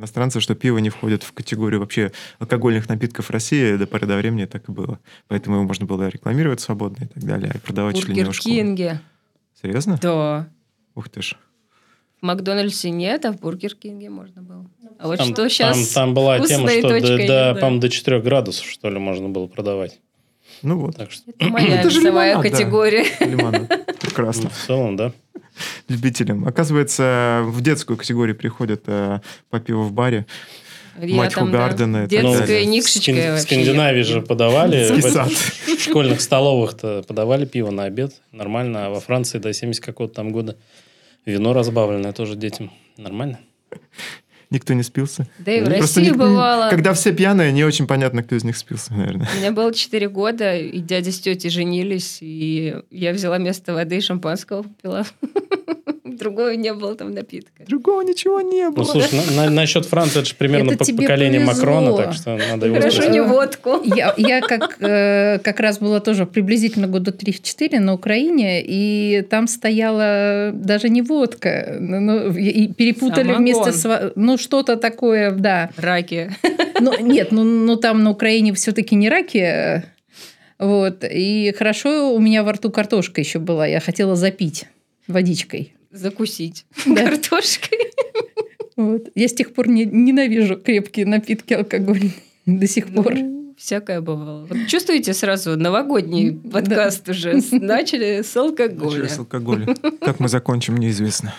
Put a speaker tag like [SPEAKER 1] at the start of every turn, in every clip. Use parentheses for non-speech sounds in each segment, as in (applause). [SPEAKER 1] иностранцев, что пиво не входит в категорию вообще алкогольных напитков России до поры до времени так и было. Поэтому его можно было рекламировать свободно и так далее, и продавать чуть ли не
[SPEAKER 2] Бургер
[SPEAKER 1] в школу.
[SPEAKER 2] Кинге.
[SPEAKER 1] Серьезно?
[SPEAKER 2] Да.
[SPEAKER 1] Ух ты ж.
[SPEAKER 2] В Макдональдсе нет, а в Бургер Кинге можно было. А вот
[SPEAKER 3] Ну, Там,
[SPEAKER 2] что сейчас...
[SPEAKER 3] там, там была тема,
[SPEAKER 2] вкусной
[SPEAKER 3] что до,
[SPEAKER 2] точкой,
[SPEAKER 3] до,
[SPEAKER 2] да. Ну,
[SPEAKER 3] по-моему, до 4 градусов, что ли, можно было продавать.
[SPEAKER 1] Ну вот,
[SPEAKER 3] Так что,
[SPEAKER 2] Это моя
[SPEAKER 1] Это же
[SPEAKER 2] весовая
[SPEAKER 1] лимонад, да.
[SPEAKER 2] категория.
[SPEAKER 1] лимонад.
[SPEAKER 3] ну,
[SPEAKER 1] Прекрасно.
[SPEAKER 3] в целом, да.
[SPEAKER 1] Любителям. Оказывается, в детскую категорию приходят э, по пиву в баре. Мать
[SPEAKER 2] там, да,
[SPEAKER 1] Хугардена и так
[SPEAKER 2] Детская
[SPEAKER 1] далее.
[SPEAKER 3] в Ну, Скин-
[SPEAKER 2] никшечка.
[SPEAKER 3] в Скандинавии же подавали.
[SPEAKER 1] Детский
[SPEAKER 3] в этом-
[SPEAKER 1] сад.
[SPEAKER 3] В школьных столовых-то подавали пиво на обед. Нормально. А во Франции до 70 какого-то там года вино разбавленное тоже детям. Нормально.
[SPEAKER 1] Никто не спился.
[SPEAKER 2] Да и Э, в
[SPEAKER 1] Просто
[SPEAKER 2] России
[SPEAKER 1] ник-
[SPEAKER 2] бывало.
[SPEAKER 1] Когда все пьяные, не очень понятно, кто из них спился, наверное.
[SPEAKER 2] У меня было 4 года, и дядя с тетей женились, и я взяла вместо воды и шампанского пила. (laughs) Другого не было там напитка.
[SPEAKER 1] Другого ничего не
[SPEAKER 3] Ну,
[SPEAKER 1] было.
[SPEAKER 3] слушай, на- на- насчет Франции, это же примерно
[SPEAKER 4] Это
[SPEAKER 3] по-
[SPEAKER 4] тебе
[SPEAKER 3] поколение
[SPEAKER 4] повезло.
[SPEAKER 3] Макрона, так что надо его...
[SPEAKER 2] Хорошо,
[SPEAKER 3] спросить.
[SPEAKER 2] не водку.
[SPEAKER 4] Я, я как, э, как раз была тоже приблизительно года 3-4 на Украине, и там стояла даже не водка, ну, ну, и перепутали
[SPEAKER 2] Самогон.
[SPEAKER 4] вместе с... во- Ну, что-то такое, да.
[SPEAKER 2] Раки.
[SPEAKER 4] Ну, нет, ну, ну там на Украине все-таки не раки. Вот. И хорошо, у меня во рту картошка еще была. Я хотела запить водичкой.
[SPEAKER 2] Закусить
[SPEAKER 4] Да.
[SPEAKER 2] картошкой.
[SPEAKER 4] Вот. Я с тех пор не, ненавижу крепкие напитки алкогольные (laughs) до сих пор.
[SPEAKER 2] Ну, Всякое бывало. Вот чувствуете сразу, новогодний подкаст
[SPEAKER 4] (laughs)
[SPEAKER 2] уже с- начали с алкоголя.
[SPEAKER 1] Через алкоголь. Как мы закончим, неизвестно.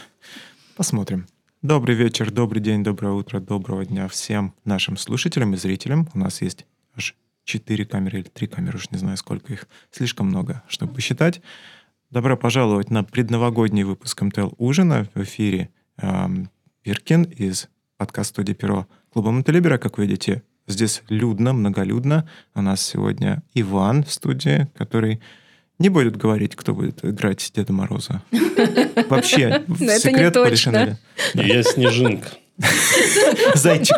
[SPEAKER 1] Посмотрим. Добрый вечер, добрый день, доброе утро, доброго дня всем нашим слушателям и зрителям. У нас есть аж 4 камеры или 3 камеры, уж не знаю, сколько их. Слишком много, чтобы посчитать. Добро пожаловать на предновогодний выпуск МТЛ Ужина. В эфире эм, Иркин из подкаст-студии Перо Клуба Монтелибера. Как вы видите, здесь людно, многолюдно. У нас сегодня Иван в студии, который не будет говорить, кто будет играть Деда
[SPEAKER 2] (laughs)
[SPEAKER 1] Мороза. Вообще, в
[SPEAKER 2] Но это не
[SPEAKER 1] секрет
[SPEAKER 2] точно.
[SPEAKER 1] порешены.
[SPEAKER 3] И Я снежинка,
[SPEAKER 1] Зайчик.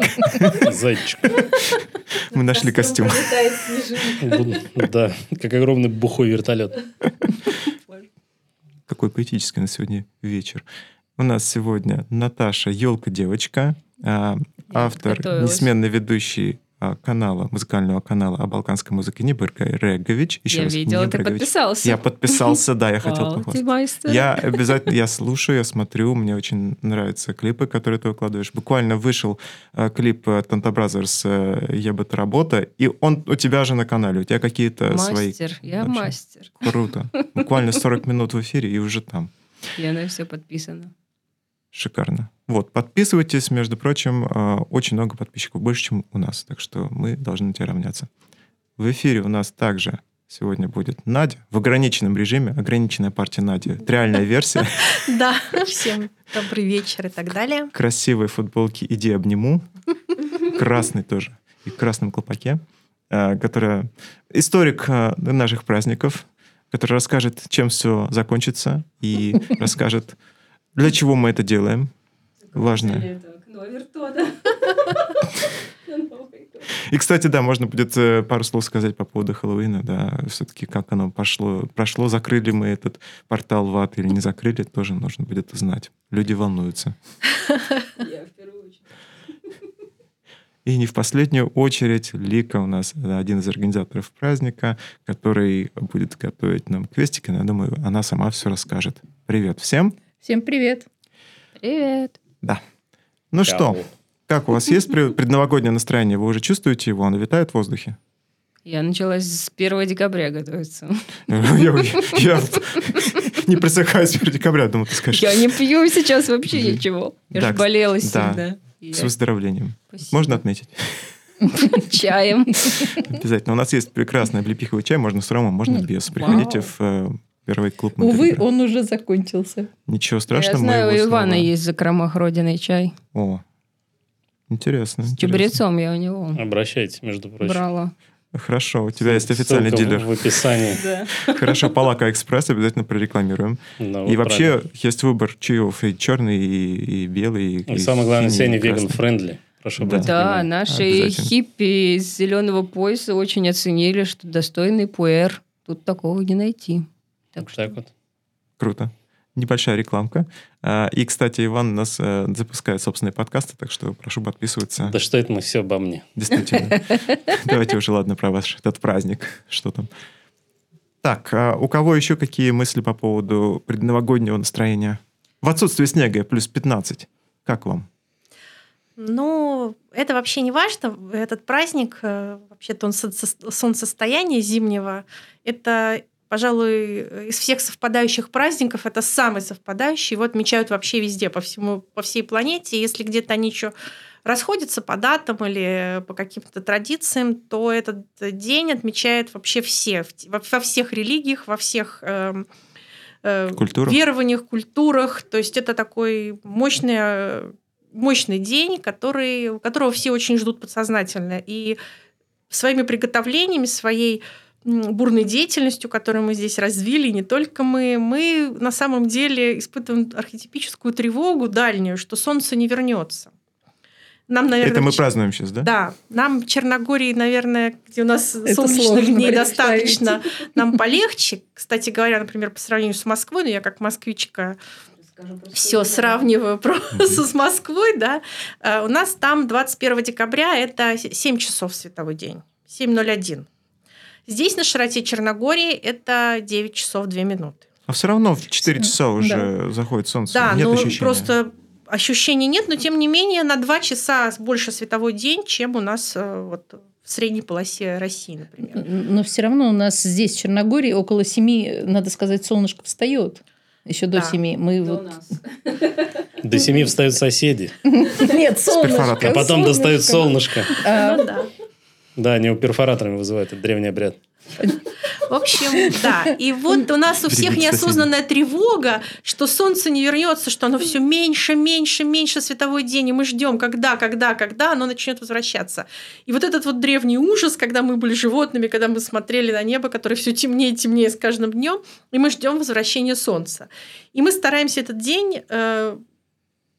[SPEAKER 3] зайчик.
[SPEAKER 1] Мы нашли костюм.
[SPEAKER 3] Буду- Да, как огромный бухой вертолет.
[SPEAKER 1] Какой поэтический на сегодня вечер. У нас сегодня Наташа Елка-девочка, а,
[SPEAKER 2] Я
[SPEAKER 1] автор,
[SPEAKER 2] подготовилась.
[SPEAKER 1] несменный ведущий а, канала, музыкального канала о балканской музыке Небырка Регович. Еще
[SPEAKER 2] Я
[SPEAKER 1] раз,
[SPEAKER 2] видела, ты
[SPEAKER 1] Небыргович.
[SPEAKER 2] подписался.
[SPEAKER 1] Я подписался,
[SPEAKER 2] (laughs)
[SPEAKER 1] да, я хотел
[SPEAKER 2] Вау,
[SPEAKER 1] похвастаться.
[SPEAKER 2] ты майстер.
[SPEAKER 1] Я обязательно, я слушаю, я смотрю, мне очень нравятся клипы, которые ты выкладываешь. Буквально вышел э, клип э, Танта Бразерс э, «Я бы это работа», и он у тебя же на канале, у тебя какие-то э, свои...
[SPEAKER 2] Мастер, я
[SPEAKER 1] вообще.
[SPEAKER 2] мастер.
[SPEAKER 1] Круто. Буквально 40 минут в эфире и уже там.
[SPEAKER 2] Я на все подписана.
[SPEAKER 1] Шикарно. Вот, подписывайтесь, между прочим, э, очень много подписчиков, больше, чем у нас, так что мы должны на тебя равняться. В эфире у нас также сегодня будет Надя в ограниченном режиме, ограниченная партия Нади, Это реальная версия,
[SPEAKER 5] Да, всем добрый вечер и так далее.
[SPEAKER 1] красивой футболке «Иди обниму», красный тоже, и в красном колпаке, э, которая историк э, наших праздников, который расскажет, чем все закончится, и расскажет, для чего мы это делаем. Важно. И, кстати, да, можно будет э, пару слов сказать по поводу Хэллоуина, да, все-таки как оно пошло, прошло, закрыли мы этот портал в ад или не закрыли, тоже нужно будет узнать. Люди волнуются. И не в последнюю очередь Лика у нас э, один из организаторов праздника, который будет готовить нам квестики, но я думаю, она сама все расскажет. Привет всем.
[SPEAKER 4] Всем привет.
[SPEAKER 2] (laughs) Привет.
[SPEAKER 1] Ну что, как у вас есть пред- предновогоднее настроение? Вы уже чувствуете его? Оно витает в воздухе?
[SPEAKER 2] Я начала с 1 декабря готовиться.
[SPEAKER 1] Ну, Я, я- я не присыхаю с 1 декабря, думаю, ты скажешь.
[SPEAKER 2] Я не пью сейчас вообще
[SPEAKER 1] Мгм.
[SPEAKER 2] ничего. Я
[SPEAKER 1] Да,
[SPEAKER 2] же болела
[SPEAKER 1] да.
[SPEAKER 2] сильно. И
[SPEAKER 1] С выздоровлением.
[SPEAKER 2] спасибо.
[SPEAKER 1] Можно отметить?
[SPEAKER 2] Чаем.
[SPEAKER 1] Обязательно. У нас есть прекрасный облепиховый чай, можно с ромом, можно
[SPEAKER 2] Ну,
[SPEAKER 1] без. Приходите в э, первый клуб
[SPEAKER 4] Увы,
[SPEAKER 1] Монтенегро.
[SPEAKER 4] он уже закончился.
[SPEAKER 1] Ничего страшного.
[SPEAKER 2] Я
[SPEAKER 1] мы
[SPEAKER 2] знаю,
[SPEAKER 1] его
[SPEAKER 2] у Ивана
[SPEAKER 1] снова-
[SPEAKER 2] есть в закромах родиной чай.
[SPEAKER 1] О, интересно. А,
[SPEAKER 2] С
[SPEAKER 1] интересно.
[SPEAKER 2] чабрецом я у него
[SPEAKER 3] Обращайтесь, между прочим.
[SPEAKER 2] брала.
[SPEAKER 1] Хорошо, у тебя есть официальный
[SPEAKER 3] Ссылка в-
[SPEAKER 1] дилер.
[SPEAKER 3] в описании.
[SPEAKER 1] Хорошо, Палака Экспресс обязательно прорекламируем.
[SPEAKER 3] Да,
[SPEAKER 1] И
[SPEAKER 3] А вот правильно.
[SPEAKER 1] вообще есть выбор чаев и черный, и и белый,
[SPEAKER 3] И самое главное, все они
[SPEAKER 1] синий, и красный.
[SPEAKER 3] веган-френдли. Прошу
[SPEAKER 1] Да.
[SPEAKER 3] обратить
[SPEAKER 2] Да,
[SPEAKER 3] внимание.
[SPEAKER 2] наши
[SPEAKER 1] Обязательно.
[SPEAKER 2] хиппи из зеленого пояса очень оценили, что достойный пуэр. Тут такого не найти. Так
[SPEAKER 3] Вот Так
[SPEAKER 2] что
[SPEAKER 3] вот.
[SPEAKER 1] Круто. Небольшая рекламка. А, И, кстати, Иван у нас э, запускает собственные подкасты, так что прошу подписываться.
[SPEAKER 3] Да что это мы все обо мне?
[SPEAKER 5] (laughs)
[SPEAKER 1] Действительно. Давайте уже, ладно, про ваш этот праздник. Что там? Так, а у кого еще какие мысли по поводу предновогоднего настроения? В отсутствие снега плюс 15. Как вам?
[SPEAKER 5] Ну, это вообще не важно. Этот праздник, э, вообще-то он со- со- солнцестояние зимнего, это, пожалуй, из всех совпадающих праздников, это самый совпадающий. Его отмечают вообще везде, по, всему, по всей планете. Если где-то они еще расходятся по датам или по каким-то традициям, то этот день отмечают вообще все, в те- во во всех религиях, во всех эм, э,
[SPEAKER 1] Культурах.
[SPEAKER 5] верованиях, культурах. То есть это такой мощный, э, мощный день, который, у которого все очень ждут подсознательно. И своими приготовлениями, своей м, бурной деятельностью, которую мы здесь развили, и не только мы, мы на самом деле испытываем архетипическую тревогу дальнюю, что солнце не вернется. Нам, наверное,
[SPEAKER 1] Это мы
[SPEAKER 5] ч-
[SPEAKER 1] празднуем сейчас, да?
[SPEAKER 5] да, нам в Черногории, наверное, где у нас
[SPEAKER 4] Это
[SPEAKER 5] солнечных
[SPEAKER 4] сложно
[SPEAKER 5] дней
[SPEAKER 4] представить.
[SPEAKER 5] достаточно, нам полегче. Кстати говоря, например, по сравнению с Москвой, ну я как москвичка все сравниваю просто (laughs) с Москвой, да, э, у нас там 21 декабря это 7 часов световой день, 7.01. Здесь на широте Черногории это 9 часов 2 минуты.
[SPEAKER 1] А все равно в 4
[SPEAKER 4] Да.
[SPEAKER 1] часа уже заходит солнце.
[SPEAKER 5] Да,
[SPEAKER 1] Нет
[SPEAKER 5] ну
[SPEAKER 1] ощущения.
[SPEAKER 5] просто ощущений нет, но тем не менее на 2 часа больше световой день, чем у нас э, вот в средней полосе России, например.
[SPEAKER 4] Но все равно у нас здесь, в Черногории, около семи, надо сказать, солнышко встает. Еще до
[SPEAKER 5] Да.
[SPEAKER 4] семи. Мы
[SPEAKER 2] До
[SPEAKER 4] вот...
[SPEAKER 2] (laughs) нас.
[SPEAKER 3] До семи встают соседи,
[SPEAKER 4] Нет, солнышко.
[SPEAKER 1] перфоратором.
[SPEAKER 3] а потом достают солнышко.
[SPEAKER 4] А,
[SPEAKER 5] Ну да.
[SPEAKER 3] Да, они его перфораторами вызывают, это древний обряд. (clears throat)
[SPEAKER 5] В общем, да. И вот у нас у всех
[SPEAKER 1] Берегите соседей.
[SPEAKER 5] неосознанная тревога, что солнце не вернется, что оно все меньше, меньше, меньше световой день, и мы ждем, когда, когда, когда оно начнет возвращаться. И вот этот вот древний ужас, когда мы были животными, когда мы смотрели на небо, которое все темнее и темнее с каждым днем, и мы ждем возвращения солнца. И мы стараемся этот день э,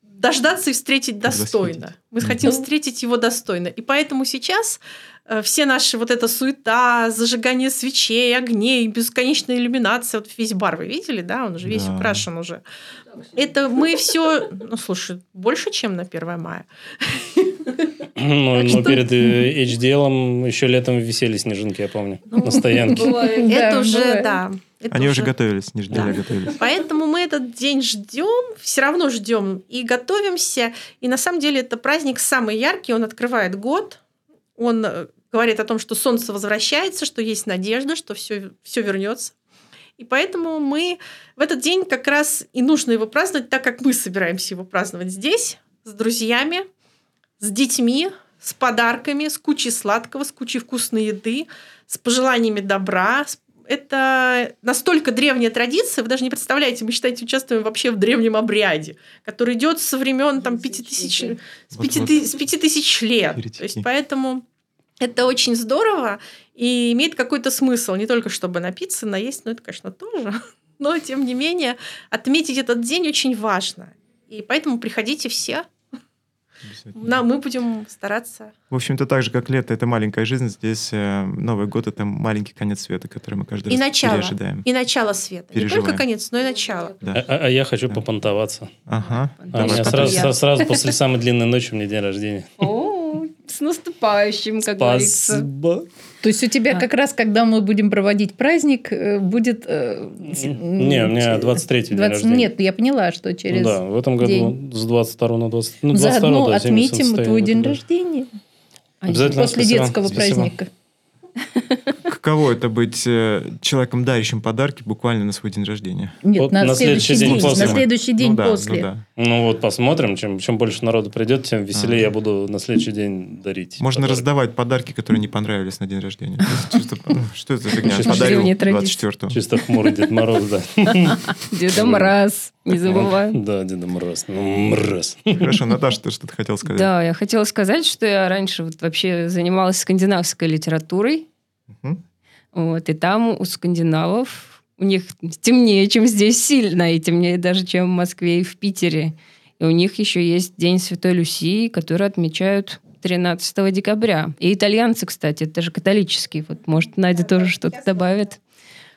[SPEAKER 5] дождаться и встретить достойно. Мы
[SPEAKER 1] Мгм.
[SPEAKER 5] хотим встретить его достойно. И поэтому сейчас э, все наши вот эта суета, зажигание свечей, огней, бесконечная иллюминация, вот весь бар вы видели, да, он же весь
[SPEAKER 1] Да.
[SPEAKER 5] украшен уже. Это мы все, ну слушай, больше, чем на 1 мая.
[SPEAKER 3] Ну,
[SPEAKER 5] Так
[SPEAKER 3] но
[SPEAKER 5] что-
[SPEAKER 3] перед э, HDL еще летом висели снежинки, я помню, на стоянке.
[SPEAKER 2] Бывает.
[SPEAKER 5] Это
[SPEAKER 4] Да,
[SPEAKER 5] уже,
[SPEAKER 4] бывает.
[SPEAKER 5] да. это
[SPEAKER 1] Они уже
[SPEAKER 5] уже-
[SPEAKER 1] готовились, не ждали, а
[SPEAKER 5] Да.
[SPEAKER 1] готовились.
[SPEAKER 5] Поэтому мы этот день ждем, все равно ждем и готовимся. И на самом деле это праздник самый яркий, он открывает год, он э, говорит о том, что солнце возвращается, что есть надежда, что все, все вернется. И поэтому мы в этот день как раз и нужно его праздновать, так как мы собираемся его праздновать здесь, с друзьями, с детьми, с подарками, с кучей сладкого, с кучей вкусной еды, с пожеланиями добра. С- Это настолько древняя традиция, вы даже не представляете, мы, считаете, участвуем вообще в древнем обряде, который идет со времен там, 5000, с
[SPEAKER 1] Вот-вот.
[SPEAKER 5] 5000 с 5000 лет.
[SPEAKER 1] Еретики.
[SPEAKER 5] То есть поэтому это очень здорово и имеет какой-то смысл, не только чтобы напиться, наесть, но это, конечно, тоже. (laughs) Но, тем не менее, отметить этот день очень важно. И поэтому приходите все, на- мы будем стараться.
[SPEAKER 1] В общем-то, так же, как лето — это маленькая жизнь, здесь э, Новый год — это маленький конец света, который мы каждый
[SPEAKER 5] И
[SPEAKER 1] раз
[SPEAKER 5] начало.
[SPEAKER 1] переожидаем.
[SPEAKER 5] И начало света.
[SPEAKER 1] Переживаем.
[SPEAKER 5] Не только конец, но и начало.
[SPEAKER 3] А,
[SPEAKER 1] Да.
[SPEAKER 3] а- а я хочу попонтоваться.
[SPEAKER 1] Ага.
[SPEAKER 3] А у
[SPEAKER 1] Давай попробуем.
[SPEAKER 3] меня сразу, сразу, сразу после самой длинной ночи у меня день рождения.
[SPEAKER 2] О, С наступающим, как говорится.
[SPEAKER 3] Спасибо.
[SPEAKER 4] То есть у тебя
[SPEAKER 2] А.
[SPEAKER 4] как раз, когда мы будем проводить праздник, э, будет...
[SPEAKER 3] Не,
[SPEAKER 4] Не,
[SPEAKER 3] у меня 23-й день рождения. Ну
[SPEAKER 4] Нет, я поняла, что через...
[SPEAKER 3] Да, в этом году
[SPEAKER 4] день.
[SPEAKER 3] с 22 на 20. Ну, 22
[SPEAKER 4] Заодно
[SPEAKER 3] да, 70
[SPEAKER 4] отметим
[SPEAKER 3] состояние
[SPEAKER 4] твой
[SPEAKER 3] будет,
[SPEAKER 4] день
[SPEAKER 3] да.
[SPEAKER 4] рождения. А
[SPEAKER 3] Обязательно.
[SPEAKER 4] После
[SPEAKER 3] Спасибо.
[SPEAKER 4] детского
[SPEAKER 3] Спасибо.
[SPEAKER 4] праздника.
[SPEAKER 1] Каково это быть э, человеком, дарящим подарки буквально на свой день рождения?
[SPEAKER 4] Нет,
[SPEAKER 3] Вот
[SPEAKER 4] на,
[SPEAKER 3] на
[SPEAKER 4] следующий,
[SPEAKER 3] следующий
[SPEAKER 4] день.
[SPEAKER 3] день после.
[SPEAKER 4] На следующий день
[SPEAKER 1] ну, да, ну
[SPEAKER 4] после.
[SPEAKER 1] да.
[SPEAKER 3] Ну вот посмотрим, чем, чем больше народу придет, тем веселее
[SPEAKER 1] Ага.
[SPEAKER 3] я буду на следующий день дарить.
[SPEAKER 1] Можно
[SPEAKER 3] подарки.
[SPEAKER 1] раздавать подарки, которые не понравились на день рождения. То есть, чисто, ну, Что это за фигня?
[SPEAKER 3] Чисто
[SPEAKER 1] Подарил
[SPEAKER 2] древняя традиция.
[SPEAKER 1] 24-го.
[SPEAKER 3] Чисто хмурый Дед Мороз, да.
[SPEAKER 2] Деда Мраз, не забывай.
[SPEAKER 3] Да, Деда Мороз. Ну, Мороз.
[SPEAKER 1] Хорошо, Наташа, ты что-то хотел сказать?
[SPEAKER 2] Да, я хотела сказать, что я раньше вот вообще занималась скандинавской литературой.
[SPEAKER 1] Мгм.
[SPEAKER 2] Вот, и там у скандинавов у них темнее, чем здесь сильно, и темнее даже, чем в Москве и в Питере. И у них еще есть День Святой Люсии, который отмечают 13 декабря. И итальянцы, кстати, это же католический. Вот, может, Надя тоже что-то добавит.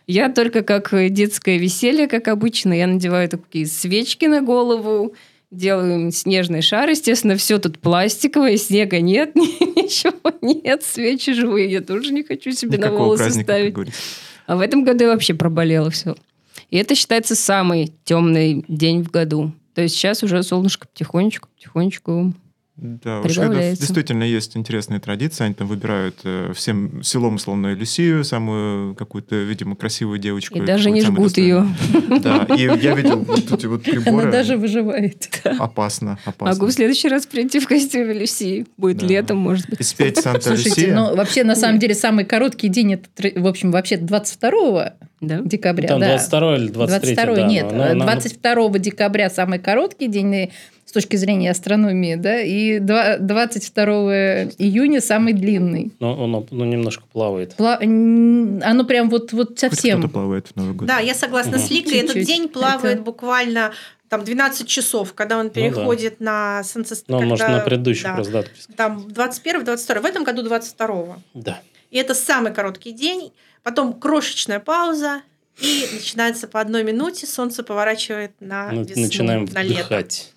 [SPEAKER 2] Я только как э, детское веселье, как обычно, я надеваю такие свечки на голову, делаю им снежные шары, естественно, все тут пластиковое, снега нет, (laughs) ничего нет, свечи живые, я тоже не хочу себе на
[SPEAKER 1] Никакого
[SPEAKER 2] волосы
[SPEAKER 1] праздника, как
[SPEAKER 2] ставить.
[SPEAKER 1] говорится.
[SPEAKER 2] А в этом году я вообще проболела все. И это считается самый темный день в году. То есть сейчас уже солнышко потихонечку, потихонечку.
[SPEAKER 1] Да, у шведов
[SPEAKER 2] Прибавляется.
[SPEAKER 1] действительно есть интересные традиции. Они там выбирают э, всем селом условно Люсию, самую какую-то, видимо, красивую девочку.
[SPEAKER 2] И даже не
[SPEAKER 1] какую-то
[SPEAKER 2] жгут
[SPEAKER 1] самую
[SPEAKER 2] ее.
[SPEAKER 1] достойную. Да, и я
[SPEAKER 2] (laughs)
[SPEAKER 1] видел вот эти вот приборы.
[SPEAKER 4] Она даже выживает.
[SPEAKER 1] Опасно,
[SPEAKER 2] Могу в
[SPEAKER 1] опасно.
[SPEAKER 2] следующий раз прийти в костюме Люсии. Будет
[SPEAKER 1] Да.
[SPEAKER 2] летом, может быть.
[SPEAKER 1] И спеть Санта
[SPEAKER 4] Слушайте,
[SPEAKER 1] Люсия.
[SPEAKER 4] ну вообще на самом деле самый короткий день это, тр- в общем, вообще 22
[SPEAKER 2] Да?
[SPEAKER 4] декабря.
[SPEAKER 3] Там
[SPEAKER 4] да.
[SPEAKER 3] 22 или 23 да,
[SPEAKER 4] нет,
[SPEAKER 3] но- но- но-
[SPEAKER 4] 22 декабря самый короткий день э, с точки зрения астрономии, да, и два- 22 июня самый длинный.
[SPEAKER 3] но оно ну, немножко плавает.
[SPEAKER 4] Пла- н- Оно прям вот, вот
[SPEAKER 1] Хоть кто-то
[SPEAKER 4] совсем.
[SPEAKER 1] плавает в Новый год.
[SPEAKER 5] Да, я согласна
[SPEAKER 3] Мгм.
[SPEAKER 5] с Ликой. Этот
[SPEAKER 4] Чуть-чуть.
[SPEAKER 5] день плавает
[SPEAKER 4] Это-
[SPEAKER 5] буквально там 12 часов, когда
[SPEAKER 3] Ну
[SPEAKER 5] он переходит на
[SPEAKER 3] Но,
[SPEAKER 5] солнцестояние.
[SPEAKER 3] Ну, может, на предыдущую
[SPEAKER 5] да.
[SPEAKER 3] просто дату. писать.
[SPEAKER 5] Там 21-22. В этом году 22
[SPEAKER 3] Да.
[SPEAKER 5] И это самый короткий день. Потом крошечная пауза. И начинается по одной минуте, солнце поворачивает на
[SPEAKER 3] Мы
[SPEAKER 5] весну,
[SPEAKER 3] начинаем
[SPEAKER 5] на лето.
[SPEAKER 3] вдыхать.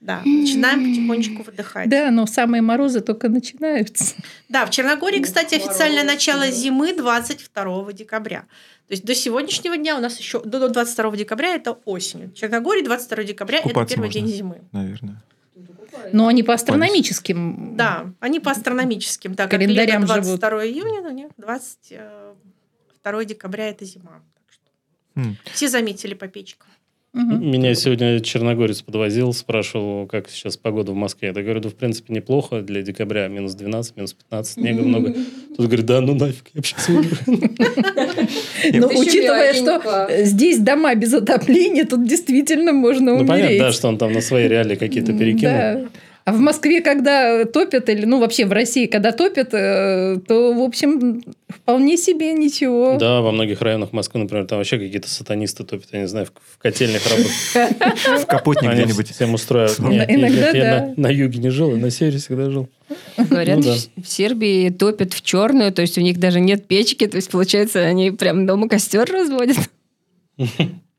[SPEAKER 5] Да, начинаем потихонечку выдыхать.
[SPEAKER 4] Да, но самые морозы только начинаются.
[SPEAKER 5] Да, в Черногории,
[SPEAKER 4] Ну,
[SPEAKER 5] кстати, официальное начало зимы 22 декабря. То есть до сегодняшнего дня у нас еще до до 22 декабря это осень. В Черногории 22 декабря это
[SPEAKER 1] Купаться
[SPEAKER 5] первый
[SPEAKER 1] можно.
[SPEAKER 5] день зимы.
[SPEAKER 1] Наверное.
[SPEAKER 4] Но они по астрономическим.
[SPEAKER 5] Да, они по астрономическим. Да,
[SPEAKER 4] Календарям
[SPEAKER 5] как лето
[SPEAKER 4] живут.
[SPEAKER 5] 22 июня, но нет, 22 декабря это зима. Так что
[SPEAKER 1] М.
[SPEAKER 5] Все заметили по печкам.
[SPEAKER 4] Мгм.
[SPEAKER 3] Меня сегодня черногорец подвозил, спрашивал, как сейчас погода в Москве. Я говорю, да, в принципе, неплохо для декабря. Минус 12, минус 15, снега много. Тут говорит, да, ну нафиг, я сейчас умру.
[SPEAKER 4] Но
[SPEAKER 2] Ты еще
[SPEAKER 4] учитывая, что
[SPEAKER 2] мягенько.
[SPEAKER 4] э, здесь дома без отопления, тут действительно можно
[SPEAKER 3] Ну, понятно,
[SPEAKER 4] умереть.
[SPEAKER 3] да, что он там на свои реалии какие-то перекинул.
[SPEAKER 4] Да. А в Москве, когда топят, или, ну, вообще в России, когда топят, э, то, в общем, вполне себе ничего.
[SPEAKER 3] Да, во многих районах Москвы, например, там вообще какие-то сатанисты топят, я не знаю, в,
[SPEAKER 1] (laughs)
[SPEAKER 3] в котельных работают.
[SPEAKER 1] В капотне
[SPEAKER 3] Они
[SPEAKER 1] где-нибудь.
[SPEAKER 3] А всем устраивают.
[SPEAKER 1] Ну,
[SPEAKER 3] Нет, я-
[SPEAKER 4] иногда
[SPEAKER 3] я
[SPEAKER 4] да.
[SPEAKER 3] на- на юге не жил, я на севере всегда жил.
[SPEAKER 2] Говорят,
[SPEAKER 3] Ну да.
[SPEAKER 2] в- в Сербии топят в черную, то есть у них даже нет печки, то есть получается они прям дома костер разводят.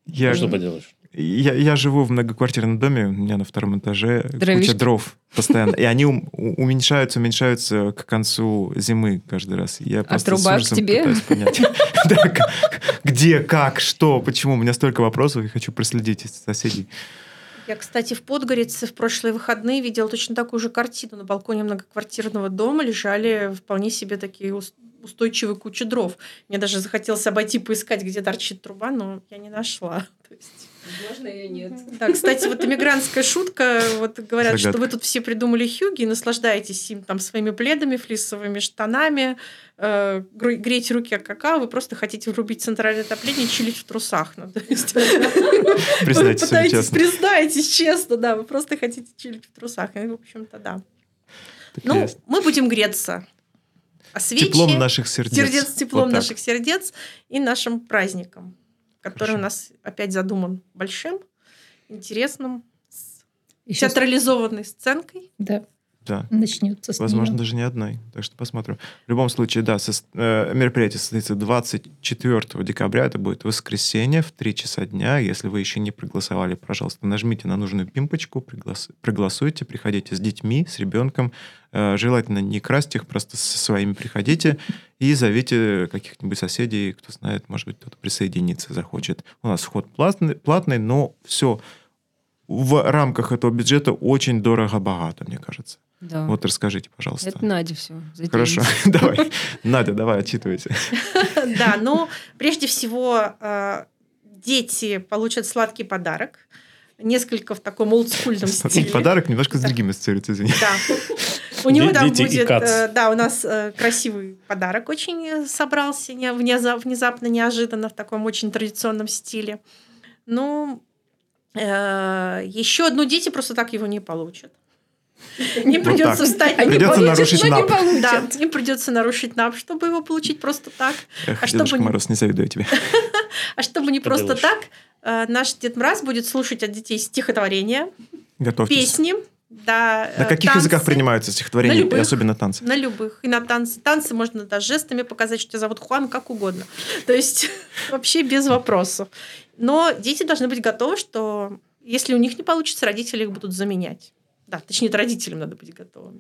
[SPEAKER 1] Я,
[SPEAKER 3] Что поделаешь?
[SPEAKER 1] я, я живу в многоквартирном доме, у меня на втором этаже
[SPEAKER 2] Дровишки.
[SPEAKER 1] куча дров постоянно. И они ум- у- уменьшаются, уменьшаются к концу зимы каждый раз.
[SPEAKER 5] А
[SPEAKER 1] Я просто с
[SPEAKER 2] труба к
[SPEAKER 1] ужасом
[SPEAKER 2] тебе?
[SPEAKER 1] пытаюсь
[SPEAKER 5] (laughs)
[SPEAKER 1] понять. Да, к- Где, как, что, почему. У меня столько вопросов, и хочу проследить из соседей.
[SPEAKER 5] Я, кстати, в Подгорице в прошлые выходные видела точно такую же картину. На балконе многоквартирного дома лежали вполне себе такие ус- устойчивые кучи дров. Мне даже захотелось обойти поискать, где торчит труба, но я не нашла. (laughs) То есть-
[SPEAKER 2] Можно ее нет.
[SPEAKER 5] Да, кстати, вот эмигрантская шутка. Вот говорят, что
[SPEAKER 1] Загадка.
[SPEAKER 5] вы тут все придумали хюги и наслаждаетесь им там своими пледами, флисовыми штанами, э, гру- греете руки от какао, вы просто хотите врубить центральное отопление и чилить в трусах. Ну, то есть- (laughs)
[SPEAKER 1] Признайтесь себе
[SPEAKER 5] вы пытаетесь,
[SPEAKER 1] честно.
[SPEAKER 5] признайтесь честно, да, вы просто хотите чилить в трусах. И, в общем-то, да.
[SPEAKER 1] Так
[SPEAKER 5] Ну,
[SPEAKER 1] есть.
[SPEAKER 5] мы будем греться. А свечи...
[SPEAKER 1] Теплом наших сердец.
[SPEAKER 5] сердец, теплом
[SPEAKER 1] Вот так.
[SPEAKER 5] наших сердец и нашим праздником, который
[SPEAKER 1] Хорошо.
[SPEAKER 5] у нас опять задуман большим, интересным, с
[SPEAKER 4] Еще
[SPEAKER 5] театрализованной сценкой. (laughs)
[SPEAKER 4] да,
[SPEAKER 1] Да.
[SPEAKER 4] начнется с
[SPEAKER 1] Возможно,
[SPEAKER 4] нее.
[SPEAKER 1] даже не одной. Так что посмотрим. В любом случае, да, сос- э, мероприятие состоится 24 декабря. Это будет воскресенье в 3 часа дня. Если вы еще не проголосовали, пожалуйста, нажмите на нужную пимпочку, приглас- проголосуйте, приходите с детьми, с ребенком. Э, желательно не красть их, просто со своими приходите и зовите каких-нибудь соседей. Кто знает, может быть, кто-то присоединиться захочет. У нас вход платный, платный но все в рамках этого бюджета очень дорого-богато, мне кажется.
[SPEAKER 2] Да.
[SPEAKER 1] Вот расскажите, пожалуйста.
[SPEAKER 2] Это Надя все.
[SPEAKER 1] Хорошо, (laughs) давай. Надя, давай, отчитывайся.
[SPEAKER 5] Да, но прежде всего э, дети получат сладкий подарок. Несколько в таком олдскульном стиле.
[SPEAKER 1] Подарок немножко с другим ассоциируется, извини.
[SPEAKER 5] Да. У него там
[SPEAKER 3] Дети и
[SPEAKER 5] будет,
[SPEAKER 3] кац.
[SPEAKER 5] э, да, у нас э, красивый подарок очень э, собрался не- внеза- внезапно, неожиданно в таком очень традиционном стиле. Ну, э, еще одну дети просто так его не получат. Им
[SPEAKER 1] Вот
[SPEAKER 5] придется
[SPEAKER 1] Ну так.
[SPEAKER 5] встать.
[SPEAKER 4] Они
[SPEAKER 1] Придется
[SPEAKER 4] получат,
[SPEAKER 1] нарушить
[SPEAKER 4] но не
[SPEAKER 1] НАП.
[SPEAKER 4] получат.
[SPEAKER 5] Да, им придется нарушить нам, чтобы его получить просто так.
[SPEAKER 1] Эх,
[SPEAKER 5] А чтобы
[SPEAKER 1] Дедушка
[SPEAKER 5] не-
[SPEAKER 1] Мороз, не завидую я тебе.
[SPEAKER 5] А чтобы не просто
[SPEAKER 3] Поделаешь.
[SPEAKER 5] так, э, наш Дед Мраз будет слушать от детей стихотворения,
[SPEAKER 1] Готовьтесь.
[SPEAKER 5] песни, Да, э,
[SPEAKER 1] На каких языках принимаются стихотворения,
[SPEAKER 5] На
[SPEAKER 1] и
[SPEAKER 5] любых.
[SPEAKER 1] особенно танцы?
[SPEAKER 5] На любых. И на танцы. Танцы можно даже жестами показать, что тебя зовут Хуан, как угодно. То есть (laughs) вообще без вопросов. Но дети должны быть готовы, что если у них не получится, родители их будут заменять. Да, точнее, это родителям надо быть готовыми.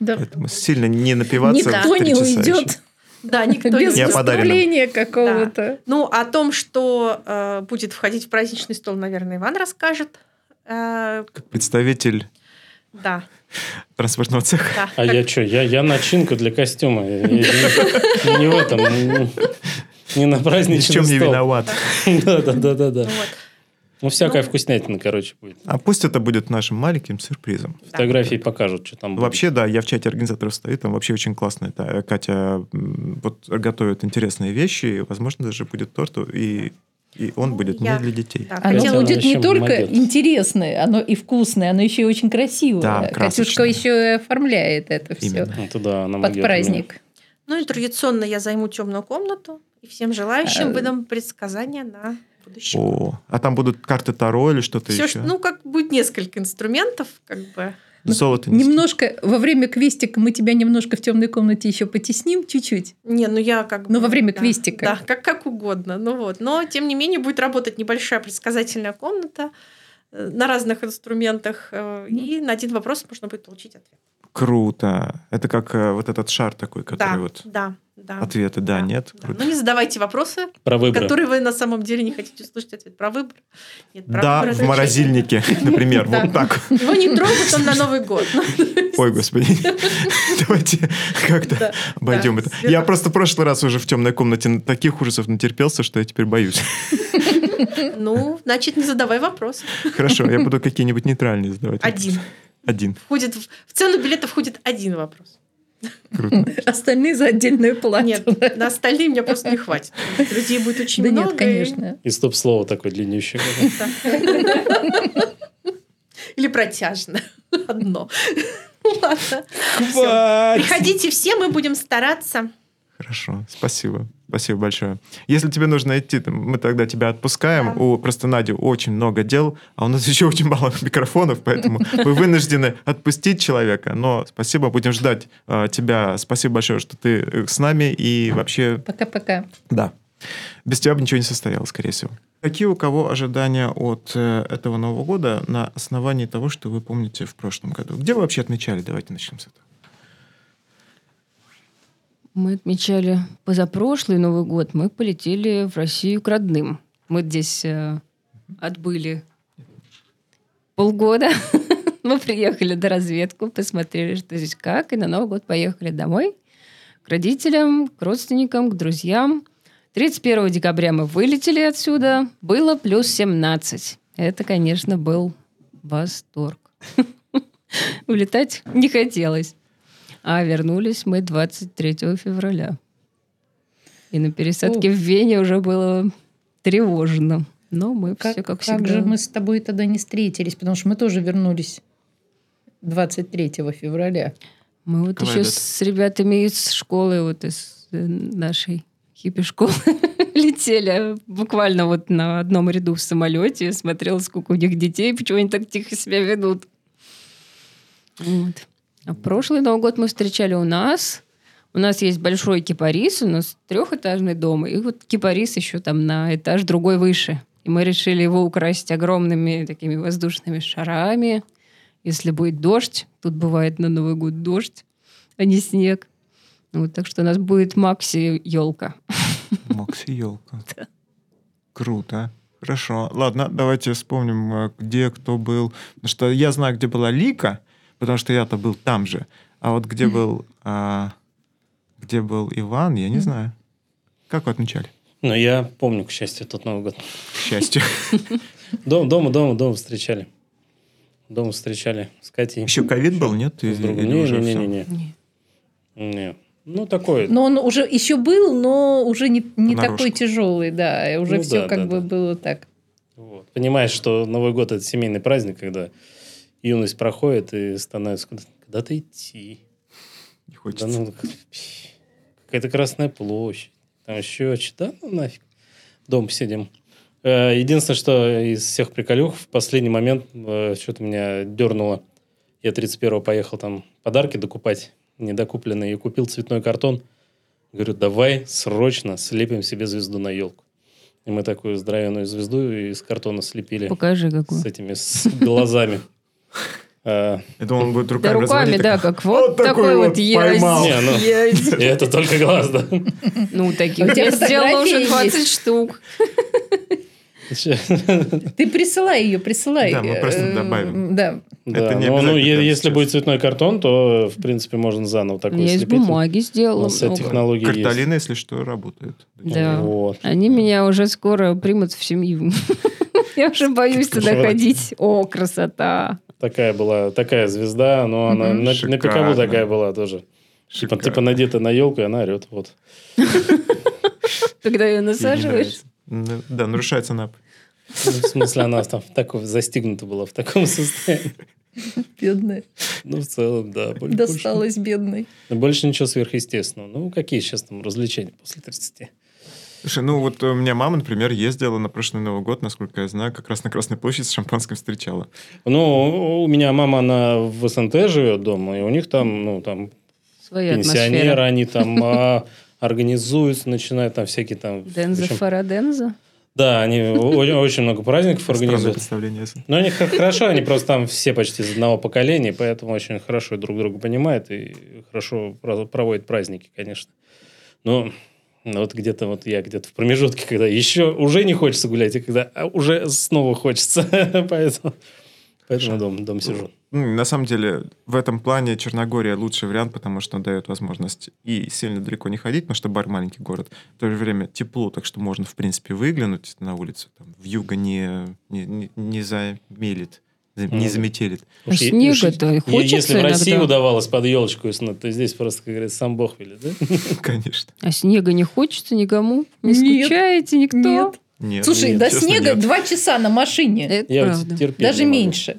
[SPEAKER 4] Да.
[SPEAKER 1] Поэтому сильно не напиваться. в
[SPEAKER 4] Никто
[SPEAKER 1] три
[SPEAKER 4] не
[SPEAKER 1] часа еще.
[SPEAKER 4] уйдет
[SPEAKER 5] Да, никто
[SPEAKER 4] без
[SPEAKER 1] Я
[SPEAKER 5] не...
[SPEAKER 1] под- подаренным.
[SPEAKER 4] выступления какого-то.
[SPEAKER 5] Ну, о том, что э, будет входить в праздничный стол, наверное, Иван расскажет. Э,
[SPEAKER 1] Как представитель
[SPEAKER 5] да,
[SPEAKER 1] транспортного цеха.
[SPEAKER 5] да.
[SPEAKER 3] А
[SPEAKER 5] Как-
[SPEAKER 3] я что? Я, я начинка для костюма. Я- я не, не в этом. Не, не на
[SPEAKER 1] Ни в
[SPEAKER 3] праздничный
[SPEAKER 1] чем не
[SPEAKER 3] стол.
[SPEAKER 1] виноват.
[SPEAKER 3] (laughs) Да-да-да.
[SPEAKER 5] Ну вот.
[SPEAKER 3] Ну, всякая
[SPEAKER 5] Ну.
[SPEAKER 3] вкуснятина, короче, будет.
[SPEAKER 1] А пусть это будет нашим маленьким сюрпризом.
[SPEAKER 3] Фотографии покажут, что там будет.
[SPEAKER 1] Вообще, да, я в чате организаторов стою, там вообще очень классно. Это э, Катя м, вот готовит интересные вещи, и, возможно, даже будет торт, и, и он будет
[SPEAKER 5] Ну, Я-
[SPEAKER 1] не для детей.
[SPEAKER 5] да,
[SPEAKER 4] А Оно
[SPEAKER 5] хотела-
[SPEAKER 3] Хотя
[SPEAKER 4] будет
[SPEAKER 3] она
[SPEAKER 4] не
[SPEAKER 3] еще
[SPEAKER 4] только
[SPEAKER 3] молодец.
[SPEAKER 4] интересное, оно и вкусное, оно еще и очень красивое.
[SPEAKER 1] Да,
[SPEAKER 4] Катюшка
[SPEAKER 1] красочное.
[SPEAKER 4] еще и оформляет это все
[SPEAKER 1] Именно.
[SPEAKER 3] Это да, она
[SPEAKER 4] под
[SPEAKER 3] магия.
[SPEAKER 4] праздник.
[SPEAKER 5] Ну и традиционно я займу темную комнату и всем желающим
[SPEAKER 3] Э,
[SPEAKER 4] А.
[SPEAKER 5] выдам предсказания на будущее.
[SPEAKER 1] О, а там будут карты Таро или что-то
[SPEAKER 5] Всё,
[SPEAKER 1] еще?
[SPEAKER 5] что- ну, как будет несколько инструментов, как бы.
[SPEAKER 1] Золото не
[SPEAKER 4] Немножко во время квестика мы тебя немножко в темной комнате еще потесним чуть-чуть.
[SPEAKER 5] Не, ну я как бы...
[SPEAKER 4] Ну, во время
[SPEAKER 5] да,
[SPEAKER 4] квестика.
[SPEAKER 5] Да, как, как угодно. Ну вот. Но, тем не менее, будет работать небольшая предсказательная комната э, на разных инструментах, э,
[SPEAKER 4] Ну.
[SPEAKER 5] и на один вопрос можно будет получить ответ.
[SPEAKER 1] Круто. Это как э, вот этот шар такой, который
[SPEAKER 5] Да,
[SPEAKER 1] вот...
[SPEAKER 5] да, да.
[SPEAKER 1] Ответы, да, нет?
[SPEAKER 5] да.
[SPEAKER 1] Круто.
[SPEAKER 5] Ну, не задавайте вопросы,
[SPEAKER 3] Про выборы.
[SPEAKER 5] которые вы на самом деле не хотите услышать ответ про выбор. Нет, про
[SPEAKER 1] Да, в
[SPEAKER 5] выбор отвечайте. (laughs)
[SPEAKER 1] морозильнике, например,
[SPEAKER 5] Да.
[SPEAKER 1] вот так.
[SPEAKER 5] Его не
[SPEAKER 1] (laughs)
[SPEAKER 5] трогают, он на Новый год.
[SPEAKER 1] Ой, господи,
[SPEAKER 5] (laughs)
[SPEAKER 1] давайте как-то
[SPEAKER 5] Да,
[SPEAKER 1] обойдем
[SPEAKER 5] да,
[SPEAKER 1] это.
[SPEAKER 5] сверх-
[SPEAKER 1] Я просто в прошлый раз уже в темной комнате таких ужасов натерпелся, что я теперь боюсь.
[SPEAKER 5] Ну, значит, не задавай вопрос.
[SPEAKER 1] Хорошо, я буду какие-нибудь нейтральные задавать.
[SPEAKER 5] Один.
[SPEAKER 1] Один.
[SPEAKER 5] Входит в, в цену билета входит один вопрос.
[SPEAKER 1] Круто.
[SPEAKER 4] Остальные за отдельную плату.
[SPEAKER 5] Нет, на остальные меня просто не хватит. Людей будет очень
[SPEAKER 4] да
[SPEAKER 5] много.
[SPEAKER 4] нет,
[SPEAKER 5] и-
[SPEAKER 4] конечно.
[SPEAKER 3] И стоп-слово такое длиннющее.
[SPEAKER 5] Да. Или протяжно. (laughs) Одно. Ладно. Всё. Приходите все, мы будем стараться.
[SPEAKER 1] Хорошо, спасибо. Спасибо большое. Если тебе нужно идти, там, мы тогда тебя отпускаем.
[SPEAKER 5] Да.
[SPEAKER 1] У просто Надю очень много дел, а у нас (laughs) еще очень мало микрофонов, поэтому вы вынуждены отпустить человека. Но спасибо, будем ждать э, тебя. Спасибо большое, что ты э, с нами. И вообще,
[SPEAKER 4] Пока-пока.
[SPEAKER 1] да, без тебя бы ничего не состояло, скорее всего. Какие у кого ожидания от э, этого Нового года на основании того, что вы помните в прошлом году? Где вы вообще отмечали? Давайте начнем с этого.
[SPEAKER 2] Мы отмечали позапрошлый Новый год. Мы полетели в Россию к родным. Мы здесь э, отбыли полгода. (laughs) Мы приехали до разведку, посмотрели, что здесь как, и на Новый год поехали домой к родителям, к родственникам, к друзьям. 31 декабря мы вылетели отсюда. Было плюс 17. Это, конечно, был восторг. (laughs) Улетать не хотелось. А вернулись мы 23 февраля. И на пересадке в Вене уже было тревожно. Но мы
[SPEAKER 4] Как,
[SPEAKER 2] все как,
[SPEAKER 4] как
[SPEAKER 2] всегда.
[SPEAKER 4] же мы с тобой тогда не встретились, потому что мы тоже вернулись 23 февраля.
[SPEAKER 2] Мы вот
[SPEAKER 1] Какова
[SPEAKER 2] еще
[SPEAKER 1] дата?
[SPEAKER 2] с ребятами из школы, вот из э, нашей хиппи-школы (laughs) летели буквально вот на одном ряду в самолете. Я Смотрела, сколько у них детей, почему они так тихо себя ведут. Вот. А прошлый Новый год мы встречали у нас. У нас есть большой кипарис, у нас трехэтажный дом, и вот кипарис еще там на этаж другой выше. И мы решили его украсить огромными такими воздушными шарами если будет дождь, тут бывает на Новый год дождь, а не снег. Вот, так что у нас будет Макси елка.
[SPEAKER 1] Макси
[SPEAKER 2] (laughs)
[SPEAKER 1] елка. Круто. Хорошо. Ладно, давайте вспомним, э, где кто был. Потому что я знаю, где была Лика, потому что я-то был там же. А вот где был, а, где был Иван, я не знаю. Как вы отмечали?
[SPEAKER 3] Но я помню, к счастью, тот Новый год.
[SPEAKER 1] К
[SPEAKER 3] (laughs)
[SPEAKER 1] счастью.
[SPEAKER 3] Дом, дома, дома, дома встречали. Дома встречали с Катей.
[SPEAKER 1] Еще ковид был, нет?
[SPEAKER 3] С другом.
[SPEAKER 1] Или уже всё?
[SPEAKER 3] Не-не-не. Не. Ну, такое.
[SPEAKER 4] Но он уже еще был, но уже не, не
[SPEAKER 1] Понарошку.
[SPEAKER 4] такой тяжелый, да. и Уже
[SPEAKER 3] Ну
[SPEAKER 4] все
[SPEAKER 3] да,
[SPEAKER 4] как
[SPEAKER 3] да, да.
[SPEAKER 4] бы было так.
[SPEAKER 3] Вот. Понимаешь, что Новый год – это семейный праздник, когда юность проходит и становится куда- куда-то идти.
[SPEAKER 1] Не
[SPEAKER 3] Да
[SPEAKER 1] хочется.
[SPEAKER 3] ну, к- пф, какая-то Красная площадь, там еще что-то, ну нафиг. Дом сидим. Э, Единственное, что из всех приколюх в последний момент э, что-то меня дернуло. Я 31-го поехал там подарки докупать, недокупленные, и купил цветной картон. Говорю, давай срочно слепим себе звезду на елку. И мы такую здоровенную звезду из картона слепили
[SPEAKER 2] Покажи, какую.
[SPEAKER 3] с этими с глазами. А,
[SPEAKER 1] Это он будет
[SPEAKER 2] Да
[SPEAKER 1] руками
[SPEAKER 2] руками,
[SPEAKER 1] разводить,
[SPEAKER 2] да,
[SPEAKER 1] так,
[SPEAKER 2] как вот, такой вот есть.
[SPEAKER 1] поймал.
[SPEAKER 3] Не, ну.
[SPEAKER 2] Есть.
[SPEAKER 3] и это только глаз, да.
[SPEAKER 2] Ну,
[SPEAKER 4] У
[SPEAKER 2] таких
[SPEAKER 4] тебя
[SPEAKER 2] я сделала
[SPEAKER 4] фотографии
[SPEAKER 2] уже
[SPEAKER 4] есть?
[SPEAKER 2] 20 штук.
[SPEAKER 4] Ты присылай ее, присылай.
[SPEAKER 1] Да, мы просто
[SPEAKER 4] Э,
[SPEAKER 1] добавим.
[SPEAKER 4] Да.
[SPEAKER 1] Это
[SPEAKER 3] Да,
[SPEAKER 1] не
[SPEAKER 3] но, ну,
[SPEAKER 1] обязательно
[SPEAKER 3] е-
[SPEAKER 1] прямо
[SPEAKER 3] если
[SPEAKER 1] сейчас.
[SPEAKER 3] будет цветной картон, то, в принципе, можно заново такую
[SPEAKER 2] Я из
[SPEAKER 3] слепить.
[SPEAKER 2] бумаги
[SPEAKER 3] У
[SPEAKER 2] сделала.
[SPEAKER 3] нас эта
[SPEAKER 2] много.
[SPEAKER 3] технология есть.
[SPEAKER 1] Карталина, если что, работает.
[SPEAKER 2] Да.
[SPEAKER 3] Вот.
[SPEAKER 2] Они меня уже скоро примут в семью. (laughs) Я уже боюсь туда
[SPEAKER 3] Шоколад.
[SPEAKER 2] ходить. О, красота.
[SPEAKER 3] Такая была, такая звезда, но она
[SPEAKER 4] Мгм.
[SPEAKER 3] на, на
[SPEAKER 1] Шикарно.
[SPEAKER 3] пикабу такая была тоже. Типа,
[SPEAKER 1] Шикарно.
[SPEAKER 3] типа надета на елку, и она орет. Вот.
[SPEAKER 2] Когда ее насаживаешь.
[SPEAKER 1] Мне нравится. Да, нарушается нап.
[SPEAKER 3] Ну, В смысле, она там в таком- застигнута была в таком состоянии.
[SPEAKER 4] Бедная.
[SPEAKER 3] Ну, в целом, да. боль- Больше,
[SPEAKER 4] Досталась бедной.
[SPEAKER 3] больше ничего сверхъестественного. Ну, какие сейчас там развлечения после 30?
[SPEAKER 1] Слушай, ну вот у меня мама, например, ездила на прошлый Новый год, насколько я знаю, как раз на Красной площади с шампанским встречала.
[SPEAKER 3] Ну, у меня мама, она в СНТ живет дома, и у них там, ну, там
[SPEAKER 2] Своя
[SPEAKER 3] пенсионеры,
[SPEAKER 2] атмосфера.
[SPEAKER 3] они там а, организуются, начинают там всякие там...
[SPEAKER 2] Денза
[SPEAKER 3] причем-
[SPEAKER 2] Фараденза.
[SPEAKER 3] Да, они о- о- очень много праздников
[SPEAKER 1] Странное
[SPEAKER 3] организуют.
[SPEAKER 1] представление.
[SPEAKER 3] Но они х- хорошо, они просто там все почти из одного поколения, поэтому очень хорошо друг друга понимают и хорошо про- проводят праздники, конечно. Но но вот где-то вот я где-то в промежутке, когда еще уже не хочется гулять, и когда а, уже снова хочется, (laughs) поэтому, поэтому дом, дом сижу.
[SPEAKER 1] Ну, На самом деле, в этом плане Черногория лучший вариант, потому что дает возможность и сильно далеко не ходить, потому что бар маленький город. В то же время тепло, так что можно, в принципе, выглянуть на улицу. Там, вьюга не, не, не- не замелит, за-
[SPEAKER 3] Ну да.
[SPEAKER 1] не заметелит. (laughs)
[SPEAKER 2] А
[SPEAKER 3] Уж е- уж
[SPEAKER 2] снега-то и
[SPEAKER 3] е- Если
[SPEAKER 2] хочется
[SPEAKER 3] в России
[SPEAKER 2] иногда.
[SPEAKER 3] удавалось под елочку уснуть, то здесь просто, как говорится, сам Бог велит, да?
[SPEAKER 1] Конечно.
[SPEAKER 2] А снега не хочется никому? Не
[SPEAKER 4] Нет.
[SPEAKER 2] скучаете никто?
[SPEAKER 4] Нет.
[SPEAKER 1] Нет,
[SPEAKER 4] Слушай,
[SPEAKER 1] нет,
[SPEAKER 4] до
[SPEAKER 1] честно,
[SPEAKER 4] снега
[SPEAKER 1] нет.
[SPEAKER 4] два часа на машине.
[SPEAKER 2] Это
[SPEAKER 3] Я вот
[SPEAKER 2] правда.
[SPEAKER 3] терпеть не
[SPEAKER 4] Даже
[SPEAKER 3] могу.
[SPEAKER 4] меньше.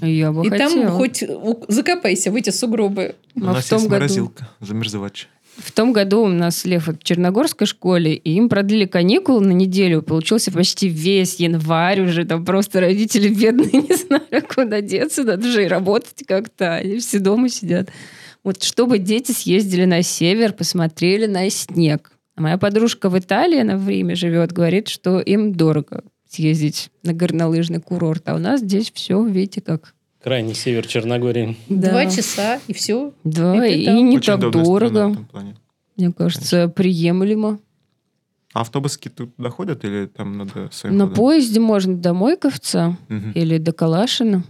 [SPEAKER 2] Я бы
[SPEAKER 4] И там
[SPEAKER 2] хотела.
[SPEAKER 4] хоть у- закопайся в эти сугробы.
[SPEAKER 1] У
[SPEAKER 2] А
[SPEAKER 1] нас
[SPEAKER 2] в том
[SPEAKER 1] есть
[SPEAKER 2] году-
[SPEAKER 1] морозилка, замерзавач.
[SPEAKER 2] В том году у нас Лев в Черногорской школе, и им продлили каникулы на неделю. Получился почти весь январь уже. Там просто родители бедные (laughs) не знали, куда деться. Надо же и работать как-то. Они все дома сидят. Вот чтобы дети съездили на север, посмотрели на снег. А моя подружка в Италии, она в Риме живет, говорит, что им дорого съездить на горнолыжный курорт. А у нас здесь все, видите, как.
[SPEAKER 3] Крайний
[SPEAKER 1] (laughs)
[SPEAKER 3] север Черногории.
[SPEAKER 2] Да.
[SPEAKER 4] Два часа, и все.
[SPEAKER 2] Да,
[SPEAKER 4] Это
[SPEAKER 2] и,
[SPEAKER 4] да.
[SPEAKER 2] не
[SPEAKER 1] Очень
[SPEAKER 2] так
[SPEAKER 1] удобная страна в
[SPEAKER 2] дорого.
[SPEAKER 1] этом плане.
[SPEAKER 2] Мне кажется, приемлемо.
[SPEAKER 1] А автобуски тут доходят или там надо своим
[SPEAKER 2] На
[SPEAKER 1] ходом?
[SPEAKER 2] поезде можно до Мойковца
[SPEAKER 1] Мгм.
[SPEAKER 2] или до Калашина,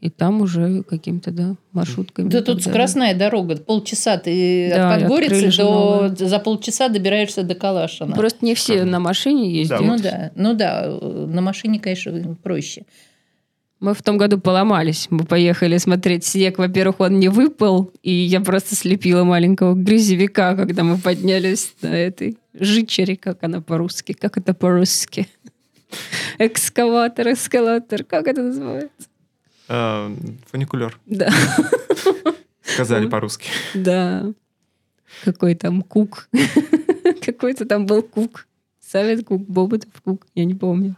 [SPEAKER 2] и там уже каким-то, да, маршрутками. и
[SPEAKER 4] Да
[SPEAKER 2] так
[SPEAKER 4] тут
[SPEAKER 2] далее.
[SPEAKER 4] скоростная дорога. Полчаса ты
[SPEAKER 2] Да, и
[SPEAKER 4] от Подгорицы
[SPEAKER 2] открыли же
[SPEAKER 4] до...
[SPEAKER 2] новую.
[SPEAKER 4] За полчаса добираешься до Калашина.
[SPEAKER 2] Просто не все
[SPEAKER 1] Шикарно.
[SPEAKER 2] на машине ездят.
[SPEAKER 1] Да,
[SPEAKER 4] Ну
[SPEAKER 1] вот.
[SPEAKER 4] да, ну да, э, на машине, конечно, проще.
[SPEAKER 2] Мы в том году поломались. Мы поехали смотреть снег. Во-первых, он не выпал, и я просто слепила маленького грязевика, когда мы поднялись на этой жичере, как она по-русски, как это
[SPEAKER 1] (laughs)
[SPEAKER 2] по-русски. Экскаватор, эскалатор, как это называется?
[SPEAKER 1] А, Фуникулер.
[SPEAKER 2] Да,
[SPEAKER 1] Сказали
[SPEAKER 2] Ну.
[SPEAKER 1] по-русски.
[SPEAKER 2] да. Какой там кук. (laughs) Какой-то там был кук. Совет кук, Бобутов кук, я не помню.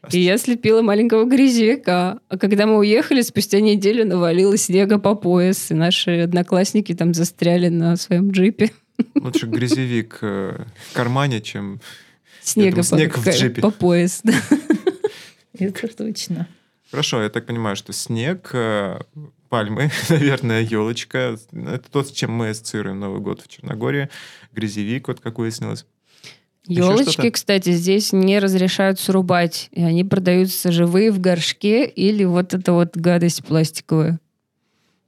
[SPEAKER 1] А
[SPEAKER 2] И я слепила маленького грязевика. А когда мы уехали, спустя неделю навалило снега по пояс, и наши одноклассники там застряли на своем джипе.
[SPEAKER 1] Лучше грязевик э, в кармане, чем...
[SPEAKER 2] Снега
[SPEAKER 1] думаю, снег
[SPEAKER 2] по-
[SPEAKER 1] в
[SPEAKER 2] по,
[SPEAKER 1] джипе.
[SPEAKER 2] по пояс. да.
[SPEAKER 4] Это точно.
[SPEAKER 1] Хорошо, я так понимаю, что снег, э, пальмы, (laughs) наверное, елочка. Это то, с чем мы ассоциируем Новый год в Черногории. Грязевик, вот как выяснилось. Еще
[SPEAKER 2] Елочки,
[SPEAKER 1] что-то?
[SPEAKER 2] кстати, здесь не разрешают срубать. И они продаются живые в горшке или вот эта вот гадость пластиковая.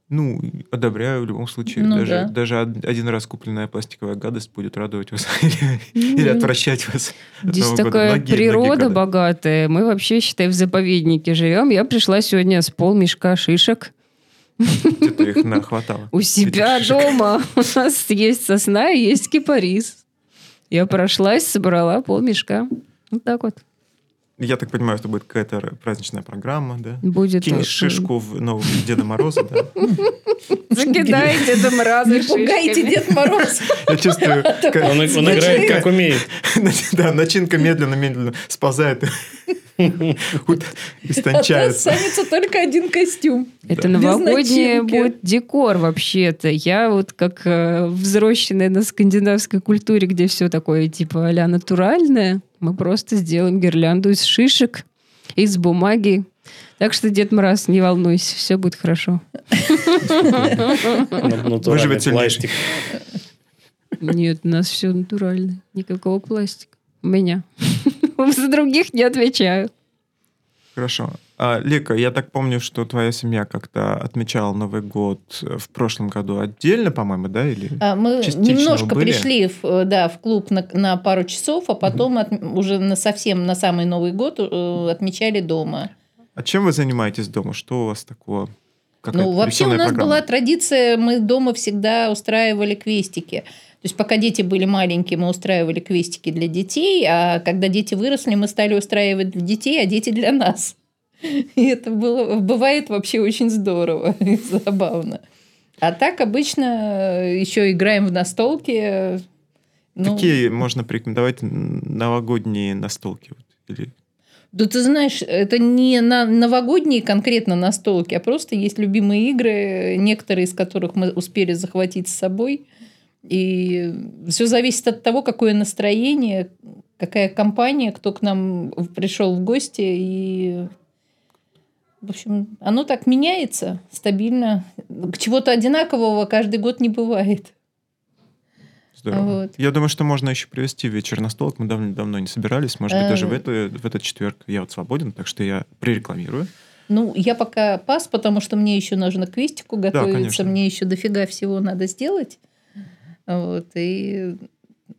[SPEAKER 1] Ну, одобряю в любом случае.
[SPEAKER 4] Ну
[SPEAKER 1] даже,
[SPEAKER 4] да.
[SPEAKER 1] даже од- один раз купленная пластиковая гадость будет радовать вас (laughs) или,
[SPEAKER 4] Ну
[SPEAKER 1] или
[SPEAKER 2] М.
[SPEAKER 1] отвращать вас. от
[SPEAKER 2] Здесь
[SPEAKER 1] Нового года.
[SPEAKER 2] такая
[SPEAKER 1] Многие- многие
[SPEAKER 2] природа
[SPEAKER 1] года.
[SPEAKER 2] богатая. Мы вообще, считай, в заповеднике живем. Я пришла сегодня с полмешка шишек.
[SPEAKER 1] Где-то их нахватало.
[SPEAKER 2] У себя
[SPEAKER 1] Этих шишек.
[SPEAKER 2] дома (laughs) у нас есть сосна и есть кипарис. Я прошлась, собрала полмешка. Вот так вот.
[SPEAKER 1] Я так понимаю, что будет какая-то р- праздничная программа, да?
[SPEAKER 2] Будет.
[SPEAKER 1] Кинь
[SPEAKER 2] э,
[SPEAKER 1] шишку в нового Деда Мороза, да?
[SPEAKER 2] Закидайте до мороза
[SPEAKER 4] Не пугайте,
[SPEAKER 2] шишками. (laughs)
[SPEAKER 4] Дед Мороз.
[SPEAKER 1] Я
[SPEAKER 4] (laughs)
[SPEAKER 1] чувствую, как-
[SPEAKER 3] Он, он
[SPEAKER 1] начинка- (laughs)
[SPEAKER 3] играет как умеет.
[SPEAKER 1] Да, начинка медленно-медленно сползает (laughs) Вот Истончаются.
[SPEAKER 4] останется только один костюм.
[SPEAKER 2] Это
[SPEAKER 4] Без
[SPEAKER 2] новогодний
[SPEAKER 4] начинки.
[SPEAKER 2] будет декор вообще-то. Я вот как э, взросленная на скандинавской культуре, где все такое типа а-ля натуральное, мы просто сделаем гирлянду из шишек, из бумаги. Так что, Дед Мороз, не волнуйся, все будет хорошо.
[SPEAKER 3] Ну, натуральный
[SPEAKER 1] Выживет сильнейший.
[SPEAKER 3] пластик.
[SPEAKER 2] Нет, у нас все натурально. Никакого пластика. У меня. (laughs) За других не отвечаю.
[SPEAKER 1] Хорошо. А, Лика, я так помню, что твоя семья как-то отмечала Новый год э, в прошлом году отдельно, по-моему, да? Или...
[SPEAKER 4] А, Мы
[SPEAKER 1] Частично
[SPEAKER 4] немножко
[SPEAKER 1] были.
[SPEAKER 4] пришли в, э, да, в клуб на, на пару часов, а потом от- уже на совсем на самый Новый год э, отмечали дома.
[SPEAKER 1] А чем вы занимаетесь дома? Что у вас такого? Какая-то
[SPEAKER 4] Ну, вообще у
[SPEAKER 1] весёлая
[SPEAKER 4] нас
[SPEAKER 1] программа?
[SPEAKER 4] была традиция, мы дома всегда устраивали квестики. То есть, пока дети были маленькие, мы устраивали квестики для детей, а когда дети выросли, мы стали устраивать для детей, а дети для нас. И это было, бывает вообще очень здорово и забавно. А так обычно еще играем в настолки. Ну,
[SPEAKER 1] Какие можно порекомендовать н- новогодние настолки? Вот, Или...
[SPEAKER 4] Да ты знаешь, это не на новогодние конкретно настолки, а просто есть любимые игры, некоторые из которых мы успели захватить с собой. И все зависит от того, какое настроение, какая компания, кто к нам в- пришел в гости. И, в общем, оно так меняется стабильно. К чего-то одинакового каждый год не бывает.
[SPEAKER 1] Здорово.
[SPEAKER 4] Вот.
[SPEAKER 1] Я думаю, что можно еще привести вечер на столик. Мы давно, давно не собирались. Может быть,
[SPEAKER 4] Э,
[SPEAKER 1] даже в, это, в этот четверг я вот свободен, так что я пререкламирую.
[SPEAKER 4] Ну, я пока пас, потому что мне еще нужно к квестику готовиться,
[SPEAKER 1] конечно.
[SPEAKER 4] мне еще дофига всего надо сделать. Вот, и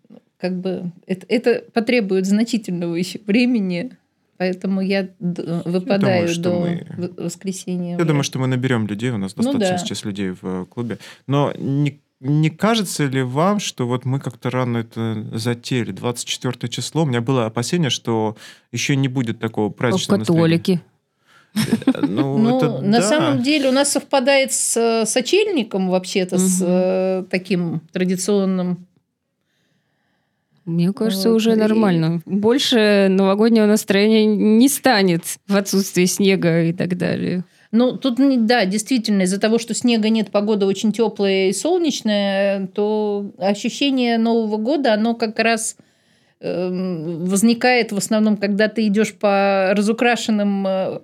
[SPEAKER 4] ну, как бы это, это потребует значительного еще времени, поэтому я д- э, выпадаю
[SPEAKER 1] что
[SPEAKER 4] до
[SPEAKER 1] мы-
[SPEAKER 4] в- воскресенья.
[SPEAKER 1] Я думаю, что мы наберем людей, у нас
[SPEAKER 4] Ну
[SPEAKER 1] достаточно
[SPEAKER 4] да.
[SPEAKER 1] сейчас людей в э, клубе. Но не, не кажется ли вам, что вот мы как-то рано это затеяли? 24 число, у меня было опасение, что еще не будет такого праздничного настроения.
[SPEAKER 2] Католики.
[SPEAKER 1] Э, Ну,
[SPEAKER 4] (laughs) Ну,
[SPEAKER 1] это
[SPEAKER 4] на
[SPEAKER 1] да.
[SPEAKER 4] самом деле у нас совпадает с э, сочельником вообще-то, с
[SPEAKER 2] Мгм.
[SPEAKER 4] э, таким традиционным.
[SPEAKER 2] Мне кажется,
[SPEAKER 4] Вот,
[SPEAKER 2] уже
[SPEAKER 4] и-
[SPEAKER 2] нормально. Больше новогоднего настроения не станет в отсутствии снега и так далее.
[SPEAKER 4] Ну, тут, не- да, действительно, из-за того, что снега нет, погода очень теплая и солнечная, то ощущение Нового года, оно как раз эм, возникает в основном, когда ты идешь по разукрашенным э,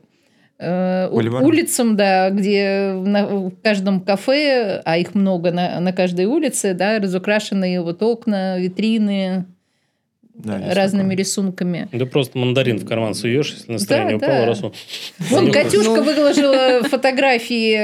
[SPEAKER 4] э, у-
[SPEAKER 1] Бульварам.
[SPEAKER 4] улицам, да, где на- в каждом кафе, а их много на, на каждой улице, да, разукрашенные вот окна, витрины
[SPEAKER 1] Да, есть
[SPEAKER 4] разными
[SPEAKER 1] такое.
[SPEAKER 4] рисунками.
[SPEAKER 3] Да просто мандарин в карман суешь, если настроение
[SPEAKER 4] Да,
[SPEAKER 3] упало,
[SPEAKER 4] да.
[SPEAKER 3] раз он...
[SPEAKER 4] Вон
[SPEAKER 3] Ну,
[SPEAKER 4] Катюшка
[SPEAKER 2] ну.
[SPEAKER 4] выложила фотографии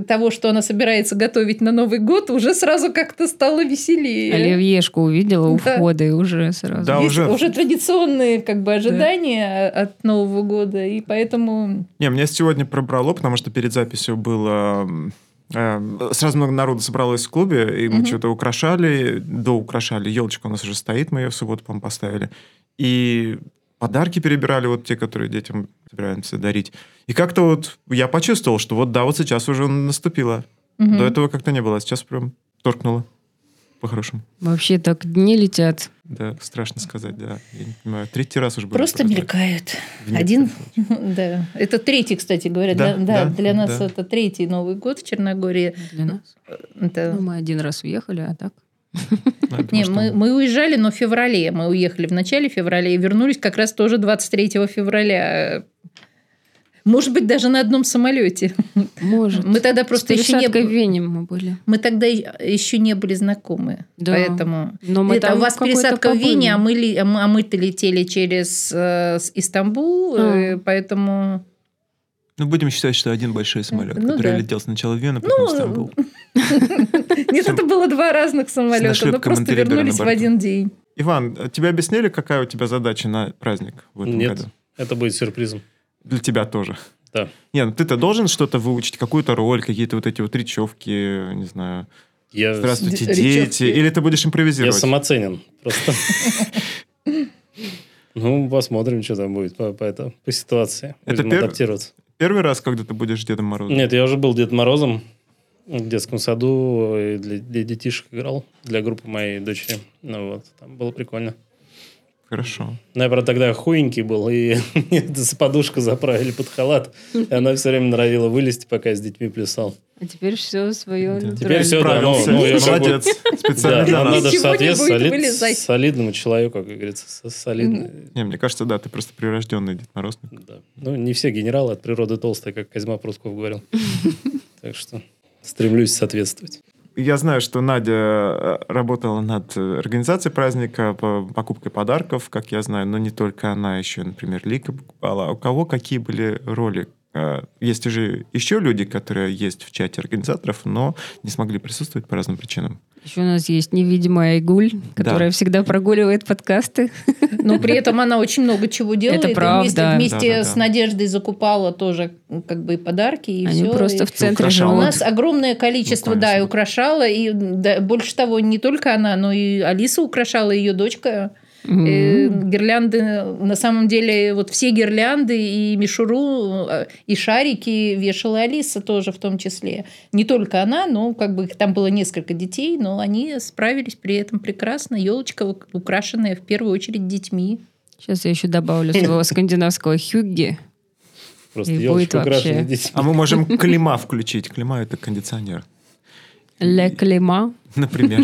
[SPEAKER 4] э, того, что она собирается готовить на Новый год, уже сразу как-то стало веселее.
[SPEAKER 2] Оливьешку увидела у
[SPEAKER 4] Да.
[SPEAKER 2] входа и уже сразу.
[SPEAKER 1] Да,
[SPEAKER 4] Есть
[SPEAKER 1] уже.
[SPEAKER 4] традиционные как бы ожидания от Нового года, и поэтому
[SPEAKER 1] Не, меня сегодня пробрало, потому что перед записью было... м, э, Сразу много народу собралось в клубе, и мы
[SPEAKER 4] Мгм.
[SPEAKER 1] что-то украшали, доукрашали. Елочка у нас уже стоит, мы ее в субботу, по-моему, поставили. И подарки перебирали, вот те, которые детям собираемся дарить. И как-то вот я почувствовал, что вот да, вот сейчас уже наступило.
[SPEAKER 4] мгм,
[SPEAKER 1] До этого как-то не было, а сейчас прям торкнуло. По-хорошему.
[SPEAKER 2] Вообще так дни летят.
[SPEAKER 1] Да, страшно сказать, да. Я не понимаю. Третий раз уже было.
[SPEAKER 4] просто мелькают. (laughs)
[SPEAKER 1] Вне-
[SPEAKER 4] Один. Да, это третий, кстати говоря,
[SPEAKER 1] Да,
[SPEAKER 4] да, да,
[SPEAKER 1] да,
[SPEAKER 4] для нас
[SPEAKER 1] да.
[SPEAKER 4] это третий Новый год в Черногории.
[SPEAKER 2] Для нас.
[SPEAKER 4] Это-
[SPEAKER 2] Ну, мы один раз уехали, а так.
[SPEAKER 1] Я думаю,
[SPEAKER 4] Не,
[SPEAKER 1] что
[SPEAKER 4] мы, мы уезжали, но в феврале. Мы уехали в начале февраля и вернулись как раз тоже 23 февраля. Может быть, даже на одном самолете.
[SPEAKER 2] Может.
[SPEAKER 4] Мы тогда просто
[SPEAKER 2] С
[SPEAKER 4] еще не
[SPEAKER 2] пересадкой в
[SPEAKER 4] были.
[SPEAKER 2] Вене мы были.
[SPEAKER 4] Мы тогда и- еще не были знакомы.
[SPEAKER 2] Да.
[SPEAKER 4] Поэтому.
[SPEAKER 2] Но мы
[SPEAKER 4] Это
[SPEAKER 2] там
[SPEAKER 4] а у вас
[SPEAKER 2] какой-то
[SPEAKER 4] пересадка в
[SPEAKER 2] побыли.
[SPEAKER 4] Вене, а мы, ли- а мы- а мы-то летели через э, с- Истамбул,
[SPEAKER 2] А.
[SPEAKER 4] э, поэтому...
[SPEAKER 1] Ну, будем считать, что один большой самолет,
[SPEAKER 4] Ну
[SPEAKER 1] который
[SPEAKER 4] да.
[SPEAKER 1] летел сначала в Вену, потом в
[SPEAKER 4] Ну,
[SPEAKER 1] Стамбул.
[SPEAKER 4] Нет, это было два разных самолета, но
[SPEAKER 1] нашлепком
[SPEAKER 4] просто
[SPEAKER 1] Монтеребро на
[SPEAKER 4] вернулись в
[SPEAKER 1] борту.
[SPEAKER 4] один день.
[SPEAKER 1] Иван, э, тебе объяснили, какая у тебя задача на праздник в этом
[SPEAKER 3] Нет,
[SPEAKER 1] году?
[SPEAKER 3] это будет сюрпризом.
[SPEAKER 1] Для тебя тоже.
[SPEAKER 3] Да.
[SPEAKER 1] Не, ну ты-то должен что-то выучить, какую-то роль, какие-то вот эти вот речевки, не знаю.
[SPEAKER 3] Я,
[SPEAKER 1] Здравствуйте,
[SPEAKER 4] Д-
[SPEAKER 1] дети.
[SPEAKER 4] речевки.
[SPEAKER 1] Или ты будешь
[SPEAKER 3] Э, я
[SPEAKER 1] импровизировать?
[SPEAKER 3] самоценен.
[SPEAKER 4] (laughs)
[SPEAKER 3] Просто. Ну, посмотрим, что там будет по, по, это- по ситуации.
[SPEAKER 1] Это
[SPEAKER 3] Будем
[SPEAKER 1] перв-
[SPEAKER 3] адаптироваться.
[SPEAKER 1] Первый раз, когда ты будешь Дедом Морозом?
[SPEAKER 3] Нет, я уже был Дед Морозом в детском саду, и для, для детишек играл, для группы моей дочери. Ну вот, там было прикольно.
[SPEAKER 1] Хорошо.
[SPEAKER 3] Ну, я, правда, тогда хуенький был, и (laughs) мне за подушку заправили под халат. И она все время норовила вылезти, пока я с детьми плясал.
[SPEAKER 2] А теперь все свое
[SPEAKER 1] Да.
[SPEAKER 3] Теперь всё, да, ну,
[SPEAKER 1] Справился.
[SPEAKER 3] ну, я могу-
[SPEAKER 1] Молодец. Специально
[SPEAKER 3] Да,
[SPEAKER 1] для
[SPEAKER 3] нам
[SPEAKER 1] нас.
[SPEAKER 3] надо
[SPEAKER 4] Ничего не
[SPEAKER 3] соответствовать
[SPEAKER 4] будет
[SPEAKER 3] солид-
[SPEAKER 4] вылезать.
[SPEAKER 3] солидному человеку, как говорится, со- солидный.
[SPEAKER 1] Не, мне кажется, да, ты просто прирожденный Дед Мороз.
[SPEAKER 3] Да. Ну, не все генералы от природы толстые, как Козьма Прусков
[SPEAKER 4] (laughs)
[SPEAKER 3] говорил. Так что стремлюсь соответствовать.
[SPEAKER 1] Я знаю, что Надя э, работала над э, организацией праздника, по- покупкой подарков, как я знаю, но не только она, еще, например, Лика покупала. А У кого какие были роли? Э, Есть же еще люди, которые есть в чате организаторов, но не смогли присутствовать по разным причинам.
[SPEAKER 2] Еще у нас есть невидимая Айгуль, которая всегда прогуливает подкасты.
[SPEAKER 4] Но при этом она очень много чего делает.
[SPEAKER 2] Это
[SPEAKER 4] и
[SPEAKER 2] правда.
[SPEAKER 4] Вместе, вместе
[SPEAKER 1] Да-да-да.
[SPEAKER 4] с Надеждой закупала тоже ну, как бы и подарки, и
[SPEAKER 2] Они
[SPEAKER 4] все.
[SPEAKER 2] просто в центре
[SPEAKER 1] украшала.
[SPEAKER 4] У
[SPEAKER 2] живут.
[SPEAKER 4] нас огромное
[SPEAKER 1] Ну,
[SPEAKER 4] количество,
[SPEAKER 1] конечно.
[SPEAKER 4] да, и украшала, и да, больше того, не только она, но и Алиса украшала, ее дочка.
[SPEAKER 2] Мгм.
[SPEAKER 4] Э, Гирлянды, на самом деле, вот все гирлянды и мишуру, э, и шарики вешала Алиса тоже в том числе. Не только она, но как бы их там было несколько детей, но они справились при этом прекрасно. Елочка украшенная в первую очередь детьми.
[SPEAKER 2] Сейчас я еще добавлю своего скандинавского хюгги.
[SPEAKER 3] Просто
[SPEAKER 2] И
[SPEAKER 3] елочка
[SPEAKER 2] будет
[SPEAKER 3] украшена
[SPEAKER 2] вообще.
[SPEAKER 3] детьми.
[SPEAKER 1] А мы можем клима включить. Клима — это кондиционер,
[SPEAKER 2] Ле клима,
[SPEAKER 1] например.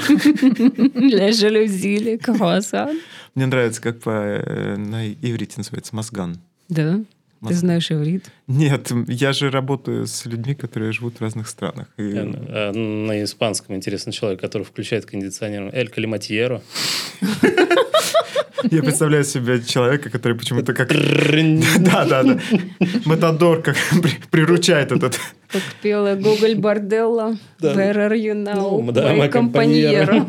[SPEAKER 2] ле жалюзи, ле круассан.
[SPEAKER 1] Мне нравится, как по, э, на иврите называется «мозган».
[SPEAKER 2] Да, ты
[SPEAKER 1] Мозган.
[SPEAKER 2] знаешь иврит.
[SPEAKER 1] Нет, я же работаю с людьми, которые живут в разных странах. И-
[SPEAKER 3] Э, э, На испанском интересный человек, который включает кондиционер. Эль Калиматьеро.
[SPEAKER 1] Я представляю себе человека, который почему-то как...
[SPEAKER 3] Трынь.
[SPEAKER 1] (laughs) Да, да, да. Матадор как (laughs) при- приручает этот.
[SPEAKER 2] Как пела Гоголь Борделла.
[SPEAKER 3] Да.
[SPEAKER 2] Where are you now,
[SPEAKER 3] Ну, да,
[SPEAKER 2] my
[SPEAKER 3] моя
[SPEAKER 2] компаньера».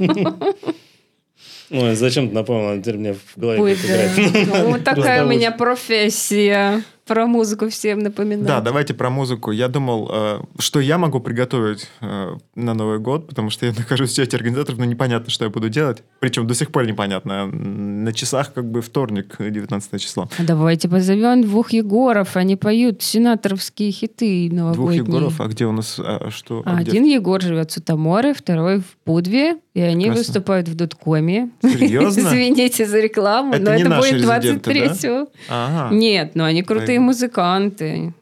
[SPEAKER 3] Ой, зачем ты напомнила? Теперь мне в голове
[SPEAKER 2] Ой,
[SPEAKER 3] как
[SPEAKER 2] да.
[SPEAKER 3] играет.
[SPEAKER 2] Ну, такая
[SPEAKER 3] Просто
[SPEAKER 2] у меня профессия. Про музыку всем напоминаю.
[SPEAKER 1] Да, давайте про музыку. Я думал, э, что я могу приготовить э, на Новый год, потому что я (laughs) нахожусь в сети организаторов, но непонятно, что я буду делать. Причем до сих пор непонятно. М, На часах как бы вторник, 19 число.
[SPEAKER 2] А Давайте позовем двух Егоров. Они поют сенаторовские хиты
[SPEAKER 1] Двух
[SPEAKER 2] новогодние.
[SPEAKER 1] Егоров, а где у нас... а, что?
[SPEAKER 2] А
[SPEAKER 1] где?
[SPEAKER 2] Один Егор живет в Сутаморе, второй в Пудве, и они
[SPEAKER 1] Прекрасно.
[SPEAKER 2] выступают в Дудкоме.
[SPEAKER 1] (laughs) Серьезно?
[SPEAKER 2] (laughs) Извините за рекламу,
[SPEAKER 1] Это
[SPEAKER 2] но
[SPEAKER 1] не
[SPEAKER 2] это
[SPEAKER 1] наши
[SPEAKER 2] будет
[SPEAKER 1] резиденты,
[SPEAKER 2] 23
[SPEAKER 3] А.
[SPEAKER 1] Ага.
[SPEAKER 2] Нет, но они крутые
[SPEAKER 1] Правильно.
[SPEAKER 2] музыканты.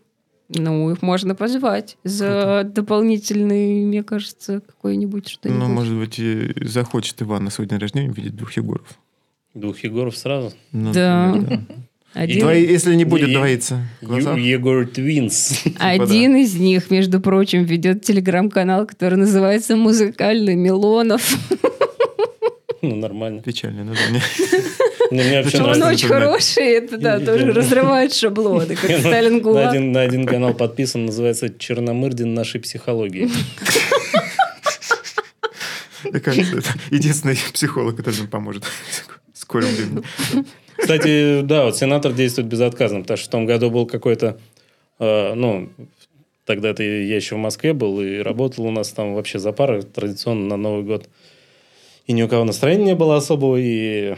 [SPEAKER 2] Ну, их можно позвать за дополнительный, мне кажется, какой-нибудь что-нибудь.
[SPEAKER 1] Ну, может быть, и захочет Ивана сегодня день рождения увидеть двух Егоров.
[SPEAKER 3] Двух Егоров сразу.
[SPEAKER 1] Ну,
[SPEAKER 2] Да.
[SPEAKER 1] например, да.
[SPEAKER 2] Один,
[SPEAKER 1] Двои- если не будет
[SPEAKER 3] Е-
[SPEAKER 1] двоиться в
[SPEAKER 3] Ю-
[SPEAKER 1] глазах.
[SPEAKER 3] Егор Твинс. (laughs)
[SPEAKER 2] один из них, между прочим, ведет телеграм-канал, который называется «Музыкальный Милонов».
[SPEAKER 3] Ну, нормально.
[SPEAKER 1] Печальное название.
[SPEAKER 3] Мне- Мне вообще
[SPEAKER 1] Почему
[SPEAKER 2] Он
[SPEAKER 1] нравится
[SPEAKER 2] очень
[SPEAKER 3] (laughs) нравится.
[SPEAKER 1] интернет.
[SPEAKER 2] хороший, это да, тоже разрывает шаблоны,
[SPEAKER 3] (laughs)
[SPEAKER 2] как Сталин
[SPEAKER 3] На
[SPEAKER 2] Гулаг.
[SPEAKER 3] один, на один канал подписан, называется «Черномырдин нашей психологии».
[SPEAKER 1] Мне кажется, это единственный (laughs) психолог, который нам поможет в скором времени.
[SPEAKER 3] Кстати, да, вот сенатор действует безотказно, потому что в том году был какой-то, э, ну, тогда то я еще в Москве был и работал у нас там вообще за пары традиционно на Новый год. И ни у кого настроения не было особого, и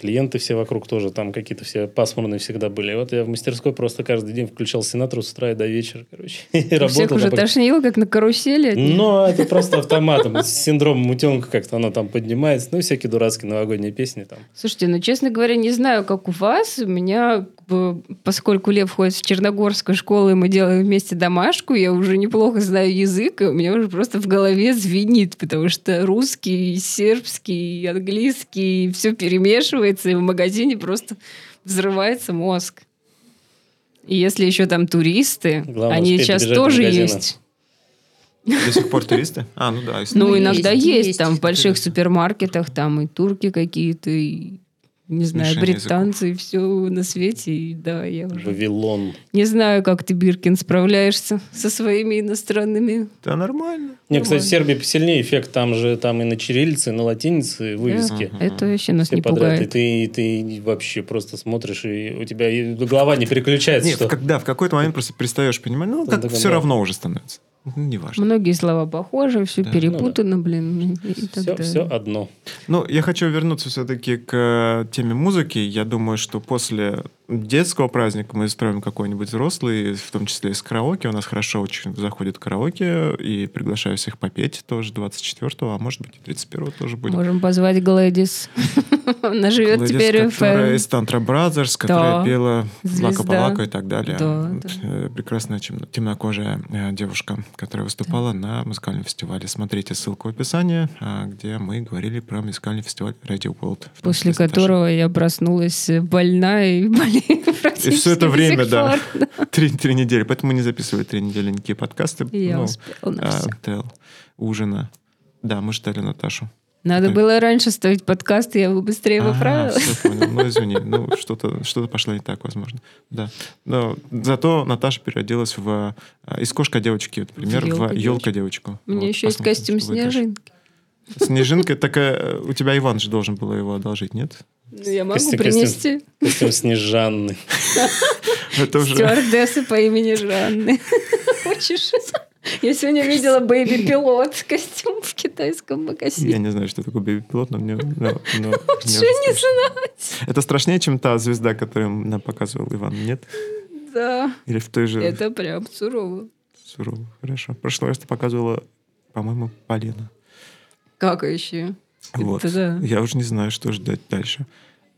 [SPEAKER 3] клиенты все вокруг тоже там какие-то все пасмурные всегда были. И вот я в мастерской просто каждый день включал сенатора с утра и до вечера, короче, (laughs) и
[SPEAKER 2] У Всех
[SPEAKER 3] работал.
[SPEAKER 2] уже
[SPEAKER 3] там, пока-
[SPEAKER 2] тошнило, как на карусели. от них.
[SPEAKER 3] Ну, это просто автоматом, с синдромом утенка как-то оно там поднимается, ну, и всякие дурацкие новогодние песни там.
[SPEAKER 2] Слушайте, ну, честно говоря, не знаю, как у вас. У меня, как бы, поскольку Лев ходит в Черногорскую школу, и мы делаем вместе домашку, я уже неплохо знаю язык, и у меня уже просто в голове звенит, потому что русский, и сербский, и английский, все перемешивается, и в магазине просто взрывается мозг. И если еще там туристы,
[SPEAKER 3] Главное,
[SPEAKER 2] они
[SPEAKER 3] успеть
[SPEAKER 2] сейчас
[SPEAKER 3] добежать до
[SPEAKER 2] тоже
[SPEAKER 3] магазина.
[SPEAKER 2] есть.
[SPEAKER 1] До сих пор туристы? А, ну да. если-
[SPEAKER 2] Ну,
[SPEAKER 4] Ну,
[SPEAKER 2] иногда
[SPEAKER 4] есть,
[SPEAKER 2] есть,
[SPEAKER 4] есть.
[SPEAKER 2] там в больших
[SPEAKER 1] Интересно.
[SPEAKER 2] супермаркетах, там и турки какие-то, и, не знаю,
[SPEAKER 1] Смешение
[SPEAKER 2] британцы, и все на свете. И, да, я уже
[SPEAKER 3] Вавилон.
[SPEAKER 2] не знаю, как ты, Биркин, справляешься со своими иностранными.
[SPEAKER 1] Да нормально.
[SPEAKER 3] Не, кстати, в
[SPEAKER 2] Нормально.
[SPEAKER 3] Сербии посильнее эффект. Там же там и на чириллице, и на латинице вывески.
[SPEAKER 1] Мгм.
[SPEAKER 2] Это вообще нас
[SPEAKER 3] Все
[SPEAKER 2] не
[SPEAKER 3] подряд.
[SPEAKER 2] пугает.
[SPEAKER 3] И ты, ты вообще просто смотришь, и у тебя и голова не переключается.
[SPEAKER 1] Нет,
[SPEAKER 3] что-
[SPEAKER 1] как- да, в какой-то момент просто перестаешь понимать. Ну,
[SPEAKER 3] Там
[SPEAKER 1] как
[SPEAKER 3] такой,
[SPEAKER 1] все
[SPEAKER 3] да.
[SPEAKER 1] равно уже становится. Ну, Неважно.
[SPEAKER 2] Многие слова похожи, все
[SPEAKER 1] Да.
[SPEAKER 2] перепутано, блин, и, и так
[SPEAKER 3] Все,
[SPEAKER 2] далее.
[SPEAKER 3] все одно.
[SPEAKER 1] Ну, я хочу вернуться все-таки к э, теме музыки. Я думаю, что после детского праздника мы устроим какой-нибудь взрослый, в том числе из караоке. У нас хорошо очень заходит караоке, и приглашаю всех попеть тоже 24-го, а может быть и 31-го тоже будет.
[SPEAKER 2] Можем позвать Глэдис. (laughs) Она живет
[SPEAKER 1] Гладис,
[SPEAKER 2] теперь в... э,
[SPEAKER 1] которая из Тантра Бразерс, которая
[SPEAKER 2] Да.
[SPEAKER 1] пела
[SPEAKER 2] Звезда.
[SPEAKER 1] Лака Палака и так далее.
[SPEAKER 2] Да, да.
[SPEAKER 1] Э, Прекрасная темно- темнокожая э, девушка, которая выступала на музыкальном фестивале. Смотрите ссылку в описании, а, где мы говорили про музыкальный фестиваль Radio World. в том числе
[SPEAKER 2] После
[SPEAKER 1] с Дашей.
[SPEAKER 2] которого я проснулась больна и (laughs) болею
[SPEAKER 1] И
[SPEAKER 2] практически
[SPEAKER 1] все это
[SPEAKER 2] до
[SPEAKER 1] время,
[SPEAKER 2] сих
[SPEAKER 1] да.
[SPEAKER 2] пор.
[SPEAKER 1] (laughs) Три, три недели. Поэтому мы не записывали три недели никакие подкасты.
[SPEAKER 2] И Я
[SPEAKER 1] Ну,
[SPEAKER 2] успела на
[SPEAKER 1] а,
[SPEAKER 2] всё.
[SPEAKER 1] тел, ужина. Да, мы ждали Наташу.
[SPEAKER 2] Надо
[SPEAKER 1] так.
[SPEAKER 2] было раньше ставить подкаст, и я бы быстрее
[SPEAKER 1] Ага,
[SPEAKER 2] поправилась.
[SPEAKER 1] А, (laughs) всё понял. Ну, извини, ну, что-то что пошло не так, возможно. Да. Но зато Наташа переоделась в а, из кошка девочки, например, в
[SPEAKER 2] «Ёлка-девочку».
[SPEAKER 1] елка девочку.
[SPEAKER 2] У меня еще есть костюм снежинки.
[SPEAKER 1] Снежинка, так э, у тебя Иван же должен был его одолжить, нет?
[SPEAKER 2] Ну, Я могу
[SPEAKER 3] Костюм, костюм.
[SPEAKER 2] принести (laughs)
[SPEAKER 3] Костюм Снежанны.
[SPEAKER 1] Это (laughs) уже
[SPEAKER 2] стюардессу по имени Жанны. (laughs) Хочешь? (laughs) Я сегодня видела бэйби-пилот (laughs) костюм в китайском
[SPEAKER 1] я
[SPEAKER 2] магазине.
[SPEAKER 1] не знаю, что такое бэби-пилот, но мне... но-
[SPEAKER 2] (laughs)
[SPEAKER 1] но мне уже
[SPEAKER 2] Что не
[SPEAKER 1] страшно.
[SPEAKER 2] знать?
[SPEAKER 1] Это страшнее, чем та звезда, которую нам показывал Иван, нет?
[SPEAKER 2] Да,
[SPEAKER 1] Или в той же...
[SPEAKER 2] это прям сурово.
[SPEAKER 1] Сурово. Хорошо. В прошлый раз ты показывала, по-моему, Полина.
[SPEAKER 2] Как еще?
[SPEAKER 1] Вот.
[SPEAKER 2] Это да.
[SPEAKER 1] Я уже не знаю, что ждать дальше.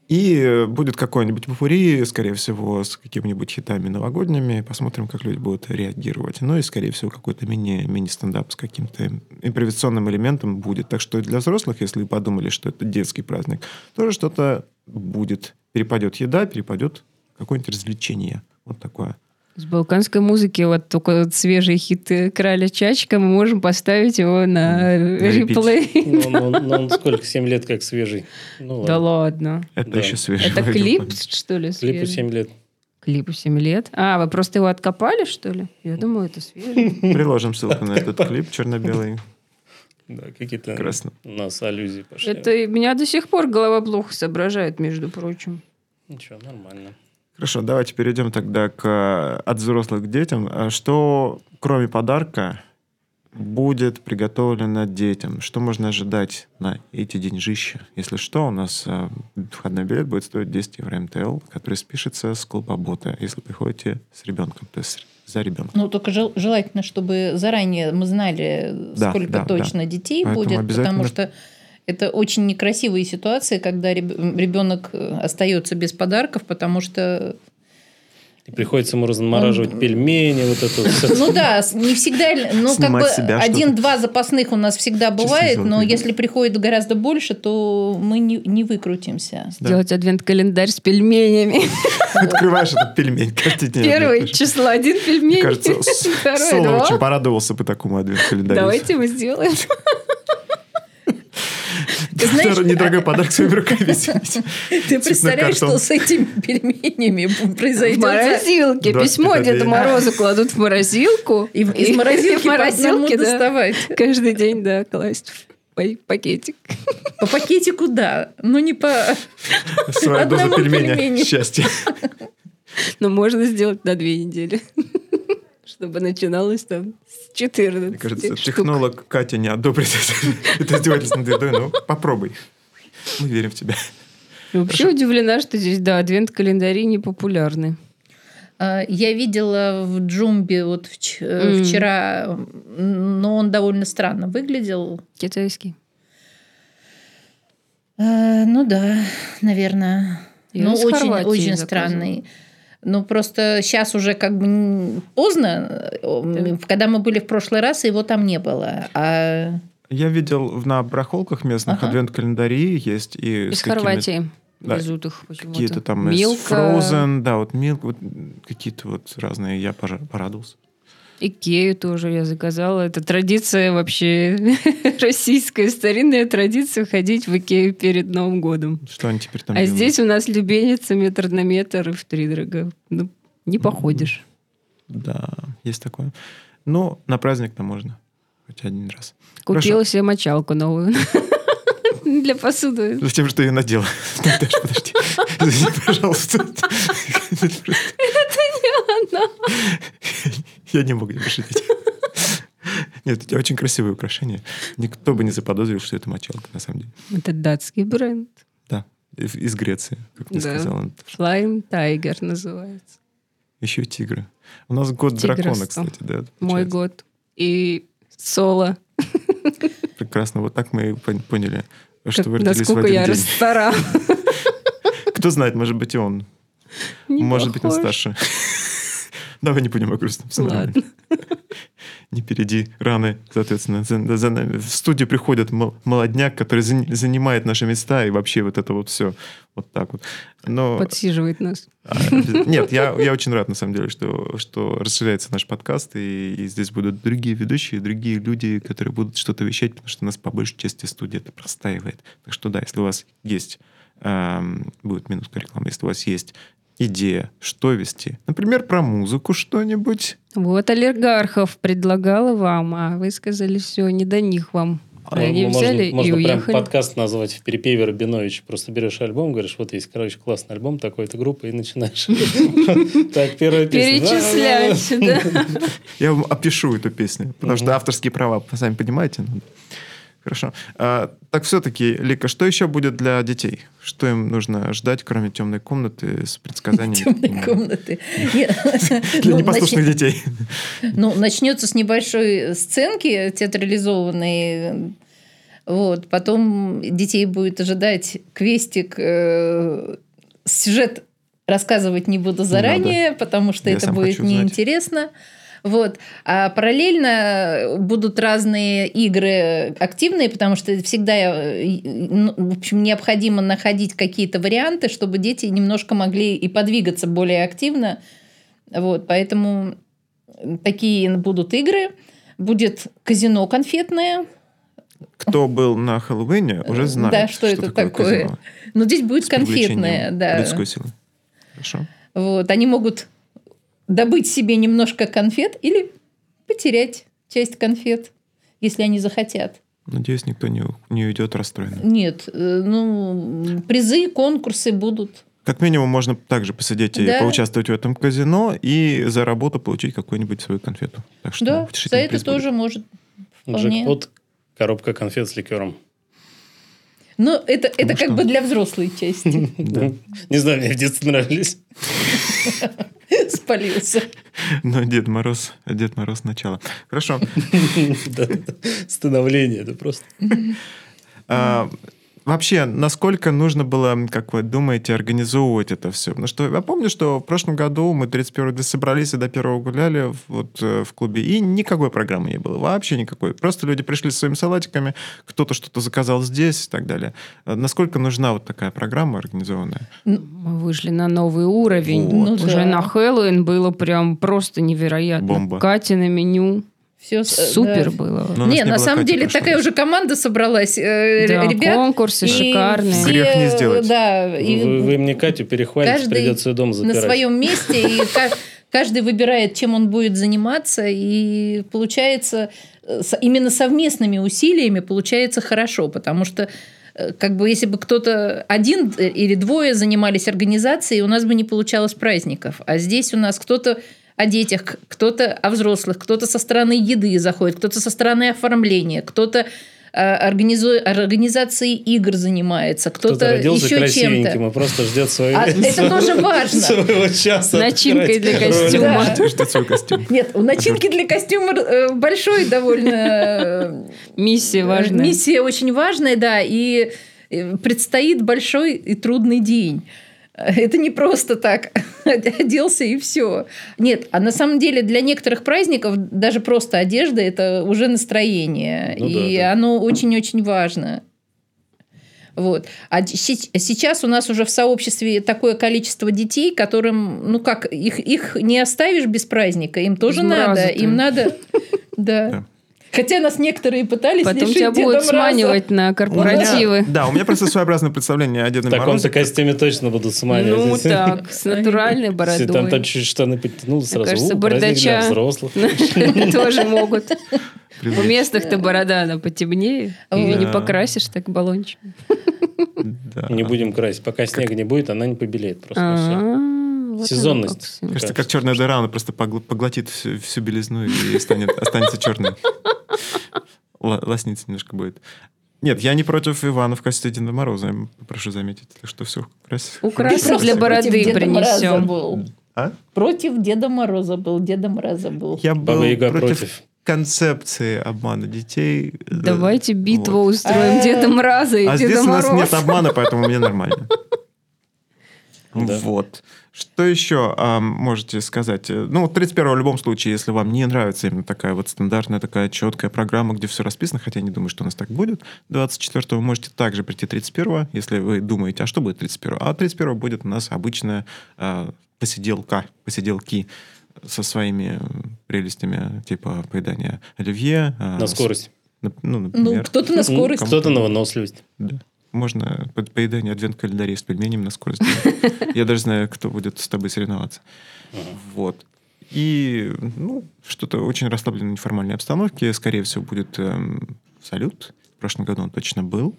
[SPEAKER 1] И э, будет какой-нибудь попури, скорее всего, с какими-нибудь хитами новогодними. Посмотрим, как люди будут реагировать. Ну и, скорее всего, какой-то мини- мини-стендап с каким-то импровизационным элементом будет. Так что для взрослых, если подумали, что это детский праздник, тоже что-то будет. Перепадет еда, перепадет какое-нибудь развлечение. Вот такое.
[SPEAKER 2] С балканской музыки вот только вот свежий хит э, Краля Чачка мы можем поставить его на
[SPEAKER 1] на
[SPEAKER 2] э, (laughs) реплей.
[SPEAKER 3] Ну, он- он он сколько? 7 лет как свежий. Ну
[SPEAKER 2] Да
[SPEAKER 3] ладно.
[SPEAKER 2] ладно.
[SPEAKER 1] Это
[SPEAKER 3] Да.
[SPEAKER 1] еще свежее. (laughs)
[SPEAKER 2] Это
[SPEAKER 1] Пойдем
[SPEAKER 2] клип,
[SPEAKER 1] память.
[SPEAKER 2] что ли?
[SPEAKER 3] Клипу
[SPEAKER 2] свежий?
[SPEAKER 3] 7 лет.
[SPEAKER 2] Клипу 7 лет. А, вы просто его откопали, что ли? Я думаю, это свежий.
[SPEAKER 1] Приложим ссылку на этот клип черно-белый.
[SPEAKER 3] Да, какие-то
[SPEAKER 1] Прекрасно.
[SPEAKER 3] у нас аллюзии пошли.
[SPEAKER 2] Это и меня до сих пор голова плохо соображает, между прочим.
[SPEAKER 3] Ничего, нормально.
[SPEAKER 1] Хорошо, давайте перейдем тогда к э, от взрослых к детям. А Что, кроме подарка, будет приготовлено детям? Что можно ожидать на эти деньжища? Если что, у нас э, входной билет будет стоить 10 евро МТЛ, который спишется с клуба бота, если приходите с ребенком, то есть за
[SPEAKER 4] (laughs)
[SPEAKER 1] ребенком.
[SPEAKER 4] Ну, только жел- желательно, чтобы заранее мы знали, э,
[SPEAKER 1] Да,
[SPEAKER 4] сколько
[SPEAKER 1] да,
[SPEAKER 4] точно детей
[SPEAKER 1] Поэтому
[SPEAKER 4] будет, потому
[SPEAKER 1] обязательно-
[SPEAKER 4] что это очень некрасивые ситуации, когда реб- ребенок э, остается без подарков, потому что...
[SPEAKER 3] И приходится ему размораживать пельмени, вот это вот.
[SPEAKER 4] Ну да, с- не всегда... Ну, как
[SPEAKER 1] Снимать
[SPEAKER 4] бы
[SPEAKER 1] себя что-то.
[SPEAKER 4] один-два запасных у нас всегда бывает,
[SPEAKER 1] золотые.
[SPEAKER 4] но если приходит гораздо больше, то мы не, не выкрутимся.
[SPEAKER 1] Да.
[SPEAKER 2] Делать адвент-календарь с пельменями.
[SPEAKER 1] Открываешь этот пельмень каждый день.
[SPEAKER 2] Первое
[SPEAKER 1] Наташа.
[SPEAKER 2] число один
[SPEAKER 1] Мне
[SPEAKER 2] пельмень. (laughs)
[SPEAKER 1] кажется, с-
[SPEAKER 2] Второе
[SPEAKER 1] Соло очень
[SPEAKER 2] два.
[SPEAKER 1] порадовался по такому адвент-календарю.
[SPEAKER 2] Давайте мы сделаем.
[SPEAKER 4] Ты знаешь,
[SPEAKER 1] Недорогой подарок своими руками
[SPEAKER 4] (laughs)
[SPEAKER 1] висеть.
[SPEAKER 4] Ты представляешь,
[SPEAKER 1] картон.
[SPEAKER 4] что с этими пельменями
[SPEAKER 2] В
[SPEAKER 4] произойдет? за-
[SPEAKER 2] морозилке.
[SPEAKER 1] Да,
[SPEAKER 2] Письмо
[SPEAKER 1] это
[SPEAKER 2] Деду
[SPEAKER 1] день.
[SPEAKER 2] Морозу кладут в морозилку.
[SPEAKER 4] (laughs) И в- из морозилки,
[SPEAKER 2] в морозилке,
[SPEAKER 4] по одному
[SPEAKER 2] да.
[SPEAKER 4] доставать.
[SPEAKER 2] (laughs) Каждый день, да, класть в пай- пакетик. (laughs)
[SPEAKER 4] По пакетику, да. Но не по...
[SPEAKER 1] Своя доза
[SPEAKER 4] Одному
[SPEAKER 1] пельменя.
[SPEAKER 4] пельмени.
[SPEAKER 1] Счастье.
[SPEAKER 2] Но можно сделать на две недели. (laughs) Чтобы начиналось там с 14
[SPEAKER 1] Мне кажется,
[SPEAKER 2] штук.
[SPEAKER 1] технолог Катя не одобрит это- (laughs) это издевательство над едой, но Ну, попробуй. Мы верим в тебя.
[SPEAKER 2] Вообще удивлена, что здесь, да, адвент-календари не популярны.
[SPEAKER 4] А, Я видела в Джумбе вот вч- э,
[SPEAKER 2] М.
[SPEAKER 4] вчера, м, но он довольно странно выглядел.
[SPEAKER 2] Китайский.
[SPEAKER 4] Э, Ну да, наверное.
[SPEAKER 2] Я
[SPEAKER 4] ну,
[SPEAKER 2] из
[SPEAKER 4] очень,
[SPEAKER 2] Хорватии
[SPEAKER 4] очень
[SPEAKER 2] заказывала.
[SPEAKER 4] странный. Ну, просто сейчас уже как бы н- поздно, э, м, когда мы были в прошлый раз, его там не было. А
[SPEAKER 1] Я видел в- на барахолках местных
[SPEAKER 4] Ага.
[SPEAKER 1] адвент-календари есть и с
[SPEAKER 2] Из
[SPEAKER 1] какими-то-
[SPEAKER 2] Хорватии.
[SPEAKER 1] Да,
[SPEAKER 2] Везут их почему-то.
[SPEAKER 1] Какие-то там из
[SPEAKER 2] Милка,
[SPEAKER 1] Frozen, да, вот Milk, вот какие-то вот разные. Я пожа- порадовался.
[SPEAKER 2] Икею тоже я заказала. Это традиция вообще (laughs) российская, старинная традиция ходить в Икею перед Новым годом.
[SPEAKER 1] Что они теперь там
[SPEAKER 2] А
[SPEAKER 1] делают?
[SPEAKER 2] здесь у нас любеница метр на метр и в три Ну,
[SPEAKER 1] М-м-м.
[SPEAKER 2] не походишь.
[SPEAKER 1] Да, есть такое. Ну, на праздник-то можно. Хоть один раз.
[SPEAKER 2] Купила себе мочалку новую (laughs) для посуды.
[SPEAKER 1] Зачем же ты ее надела? Наташа, (laughs) подожди. Извини, пожалуйста.
[SPEAKER 2] Она
[SPEAKER 1] Я не могу не пошутить. Нет, у тебя очень красивые украшения. Никто бы не заподозрил, что это мочалка, на самом деле.
[SPEAKER 2] Это датский бренд.
[SPEAKER 1] Да. из Греции, как ты
[SPEAKER 2] Да.
[SPEAKER 1] сказала.
[SPEAKER 2] Flying Tiger называется.
[SPEAKER 1] Еще тигры. У нас год
[SPEAKER 2] Тигры
[SPEAKER 1] дракона,
[SPEAKER 2] стал.
[SPEAKER 1] кстати, да.
[SPEAKER 2] Мой
[SPEAKER 1] получается.
[SPEAKER 2] год. И соло.
[SPEAKER 1] Прекрасно, вот так мы и пон- поняли, что
[SPEAKER 2] Как-
[SPEAKER 1] вы родились в
[SPEAKER 2] насколько
[SPEAKER 1] один
[SPEAKER 2] я
[SPEAKER 1] день. (laughs)
[SPEAKER 2] расстаралась.
[SPEAKER 1] Кто знает, может быть, и он.
[SPEAKER 2] Не
[SPEAKER 1] может быть, он
[SPEAKER 2] похож.
[SPEAKER 1] старше. (laughs) Давай не будем о грустном. всё нормально. (laughs) Не перейди раны, соответственно. За, за нами. В студию приходит мол- молодняк, который зан- занимает наши места и вообще вот это вот все. Вот так вот. Но...
[SPEAKER 2] Подсиживает нас.
[SPEAKER 1] А, (laughs) обязательно. Нет, я, я очень рад, на самом деле, что, что расширяется наш подкаст, и, и здесь будут другие ведущие, другие люди, которые будут что-то вещать, потому что у нас по большей части студия это простаивает. Так что да, если у вас есть, эм, будет минутка рекламы, если у вас есть идея, что вести, например, про музыку что-нибудь,
[SPEAKER 2] Вот Олигархов предлагала вам, а вы сказали, все, не до них вам.
[SPEAKER 1] А,
[SPEAKER 2] Они
[SPEAKER 3] ну, можно,
[SPEAKER 2] взяли и
[SPEAKER 3] можно прям
[SPEAKER 2] уехали.
[SPEAKER 3] подкаст назвать в перепеве Рабинович. Просто берешь альбом, говоришь, вот есть, короче, классный альбом такой-то группы, и начинаешь. (laughs) Так, первая песня.
[SPEAKER 2] Перечислять, да.
[SPEAKER 1] я вам опишу эту песню, потому что авторские права, сами понимаете. ну, Хорошо. А, так все-таки, Лика, что еще будет для детей? Что им нужно ждать, кроме темной комнаты с предсказаниями?
[SPEAKER 4] (laughs) Темной
[SPEAKER 1] какими-нибудь? (laughs)
[SPEAKER 4] комнаты. Нет,
[SPEAKER 1] Для
[SPEAKER 4] ну,
[SPEAKER 1] непослушных
[SPEAKER 4] начни-
[SPEAKER 1] детей.
[SPEAKER 4] Ну, начнется с небольшой сценки театрализованной. Вот. Потом детей будет ожидать квестик. э, Сюжет рассказывать не
[SPEAKER 1] Ну
[SPEAKER 4] буду заранее, потому что
[SPEAKER 1] Я
[SPEAKER 4] это
[SPEAKER 1] сам
[SPEAKER 4] будет
[SPEAKER 1] хочу знать.
[SPEAKER 4] неинтересно. Вот. А параллельно э, будут разные игры активные, потому что всегда, э, и, ну, в общем, необходимо находить какие-то варианты, чтобы дети немножко могли и подвигаться более активно. Вот, поэтому такие будут игры. Будет казино конфетное. (laughs)
[SPEAKER 1] Кто был на Хэллоуине, уже знает,
[SPEAKER 4] Да, что это такое.
[SPEAKER 1] казино.
[SPEAKER 4] Но Ну, здесь будет
[SPEAKER 1] С привлечением
[SPEAKER 4] конфетное, да.
[SPEAKER 1] Людской силы. Хорошо.
[SPEAKER 4] Вот, они могут добыть себе немножко конфет или потерять часть конфет, если они захотят.
[SPEAKER 1] Надеюсь, никто не, у- не уйдет расстроенным.
[SPEAKER 4] Нет, э, ну, призы, конкурсы будут.
[SPEAKER 1] Как минимум, можно также посидеть и
[SPEAKER 4] Да.
[SPEAKER 1] поучаствовать в этом казино и за работу получить какую-нибудь свою конфету. Так что
[SPEAKER 4] Да, за
[SPEAKER 1] утешительный
[SPEAKER 4] это
[SPEAKER 1] приз будет.
[SPEAKER 4] тоже может. Вполне.
[SPEAKER 3] Джекпот, коробка конфет с ликером.
[SPEAKER 4] Но это, это
[SPEAKER 1] что?
[SPEAKER 4] как бы для взрослой части.
[SPEAKER 1] (laughs)
[SPEAKER 3] (laughs) Не знаю, мне в детстве нравились. (laughs)
[SPEAKER 4] Спалился.
[SPEAKER 1] Но Дед Мороз, Дед Мороз начало. Хорошо.
[SPEAKER 3] Да, Становление, это просто.
[SPEAKER 1] А, Вообще, насколько нужно было, как вы думаете, организовывать это все? Потому что я помню, что в прошлом году мы 31 собрались и до 1 гуляли в- вот, э, в клубе, и никакой программы не было, вообще никакой. Просто люди пришли со своими салатиками, кто-то что-то заказал здесь и так далее. А Насколько нужна вот такая программа организованная?
[SPEAKER 2] Мы вышли на новый уровень.
[SPEAKER 1] Вот.
[SPEAKER 4] Ну
[SPEAKER 2] Уже
[SPEAKER 4] да.
[SPEAKER 2] на Хэллоуин было прям просто невероятно.
[SPEAKER 1] Бомба. Ну,
[SPEAKER 2] Катя на меню.
[SPEAKER 4] Все
[SPEAKER 2] Супер было.
[SPEAKER 1] Но у нас
[SPEAKER 4] э, не,
[SPEAKER 1] не
[SPEAKER 4] на
[SPEAKER 1] было
[SPEAKER 4] самом
[SPEAKER 1] Кати
[SPEAKER 4] деле
[SPEAKER 1] прошлого
[SPEAKER 4] такая
[SPEAKER 1] раза.
[SPEAKER 4] уже команда собралась. э,
[SPEAKER 2] Да,
[SPEAKER 4] Ребят,
[SPEAKER 2] конкурсы
[SPEAKER 4] И
[SPEAKER 2] шикарные.
[SPEAKER 4] все,
[SPEAKER 1] Грех не сделать.
[SPEAKER 4] Да, и
[SPEAKER 3] Вы вы мне Катю перехватите,
[SPEAKER 4] каждый
[SPEAKER 3] придется ее дом
[SPEAKER 4] на
[SPEAKER 3] запирать.
[SPEAKER 4] своем
[SPEAKER 3] (laughs)
[SPEAKER 4] месте, и ка- каждый выбирает, чем он будет заниматься, и получается э, со- именно совместными усилиями получается хорошо, потому что э, как бы если бы кто-то один э, или двое занимались организацией, у нас бы не получалось праздников. А здесь у нас кто-то о детях, к- кто-то о взрослых, кто-то со стороны еды заходит, кто-то со стороны оформления, кто-то э, организу- организацией игр занимается, кто-то,
[SPEAKER 3] Кто-то родился
[SPEAKER 4] еще чем-то.
[SPEAKER 3] красивеньким и просто ждет своего...
[SPEAKER 4] А
[SPEAKER 3] (laughs)
[SPEAKER 4] это тоже важно.
[SPEAKER 3] Своего часа.
[SPEAKER 2] Начинкой для
[SPEAKER 3] открыть ролик.
[SPEAKER 2] костюма.
[SPEAKER 4] Да.
[SPEAKER 1] Ты ждёт свой костюм.
[SPEAKER 4] Нет, у начинки для костюма э, большой довольно.
[SPEAKER 2] Миссия
[SPEAKER 4] э,
[SPEAKER 2] важная.
[SPEAKER 4] Миссия очень важная, да, и э, предстоит большой и трудный день. Это не просто так (laughs) оделся и все. Нет, а на самом деле для некоторых праздников даже просто одежда это уже настроение,
[SPEAKER 3] Ну да,
[SPEAKER 4] и
[SPEAKER 3] да.
[SPEAKER 4] оно очень-очень важно. Вот. А щи- сейчас у нас уже в сообществе такое количество детей, которым, ну как, их, их не оставишь без праздника, им тоже надо,
[SPEAKER 2] Безмраза-то.
[SPEAKER 4] им надо, да.
[SPEAKER 1] Да.
[SPEAKER 4] Хотя нас некоторые пытались
[SPEAKER 2] Потом
[SPEAKER 4] лишить
[SPEAKER 2] тебя
[SPEAKER 4] Деда
[SPEAKER 2] будут
[SPEAKER 4] Мраза.
[SPEAKER 2] сманивать на
[SPEAKER 1] У меня-
[SPEAKER 2] корпоративы.
[SPEAKER 1] Да, у меня просто своеобразное представление о
[SPEAKER 3] В
[SPEAKER 1] Деде
[SPEAKER 3] таком-то
[SPEAKER 1] Морозе.
[SPEAKER 3] костюме точно будут сманивать.
[SPEAKER 2] Ну так, с натуральной
[SPEAKER 3] Если там, там
[SPEAKER 2] бородой.
[SPEAKER 3] чуть-чуть штаны подтянул, сразу
[SPEAKER 2] кажется,
[SPEAKER 3] «У, праздник для
[SPEAKER 2] бардача». Ну,
[SPEAKER 3] взрослых.
[SPEAKER 2] (laughs) Тоже могут.
[SPEAKER 1] Привет.
[SPEAKER 2] У местных-то борода, она потемнее. Ее не
[SPEAKER 1] Да.
[SPEAKER 2] покрасишь так баллончик.
[SPEAKER 1] Да.
[SPEAKER 3] Не будем красить. Пока снега не будет, она не побелеет просто. всё.
[SPEAKER 2] А, вот
[SPEAKER 3] Сезонность.
[SPEAKER 2] оно как всё.
[SPEAKER 1] Кажется, как черная дыра, она просто погл- поглотит всю, всю (laughs) белизну и станет, останется черной. Л- Лоснится немножко будет. Нет, я не против Ивана в качестве Деда Мороза. я Прошу заметить, так что все красиво.
[SPEAKER 2] Украсим для бороды
[SPEAKER 4] Против Деда
[SPEAKER 2] принесем.
[SPEAKER 4] Мороза был.
[SPEAKER 1] А?
[SPEAKER 4] Против Деда Мороза был. Деда Мороза был.
[SPEAKER 1] Я был
[SPEAKER 3] Баба Яга
[SPEAKER 1] против,
[SPEAKER 3] против.
[SPEAKER 1] концепции обмана детей. Э,
[SPEAKER 2] Давайте битву
[SPEAKER 1] вот.
[SPEAKER 2] устроим
[SPEAKER 4] Э.
[SPEAKER 2] Деда Мраза и
[SPEAKER 1] А здесь
[SPEAKER 2] Деда
[SPEAKER 1] у нас нет
[SPEAKER 2] Мороза.
[SPEAKER 1] обмана, поэтому мне нормально.
[SPEAKER 3] (laughs) Да.
[SPEAKER 1] Вот. Что еще а, можете сказать? Э, Ну, 31-го в любом случае, если вам не нравится именно такая вот стандартная, такая четкая программа, где все расписано, хотя я не думаю, что у нас так будет, 24-го вы можете также прийти 31-го, если вы думаете, а что будет 31-го? А 31-го будет у нас обычная э, посиделка, посиделки со своими э, прелестями, типа поедания оливье. э,
[SPEAKER 3] На
[SPEAKER 1] с-
[SPEAKER 3] скорость. М-м,
[SPEAKER 1] нап- Ну,
[SPEAKER 4] Ну,
[SPEAKER 1] например.
[SPEAKER 4] кто-то на скорость.
[SPEAKER 1] кому-
[SPEAKER 3] Кто-то на выносливость.
[SPEAKER 1] Да. Можно под поедание адвент-календарей с пельменем на скорость.
[SPEAKER 2] (laughs)
[SPEAKER 1] Я даже знаю, кто будет с тобой соревноваться. Вот. И, ну, что-то очень расслабленной неформальной обстановке. Скорее всего, будет эм, салют. В прошлом году он точно был.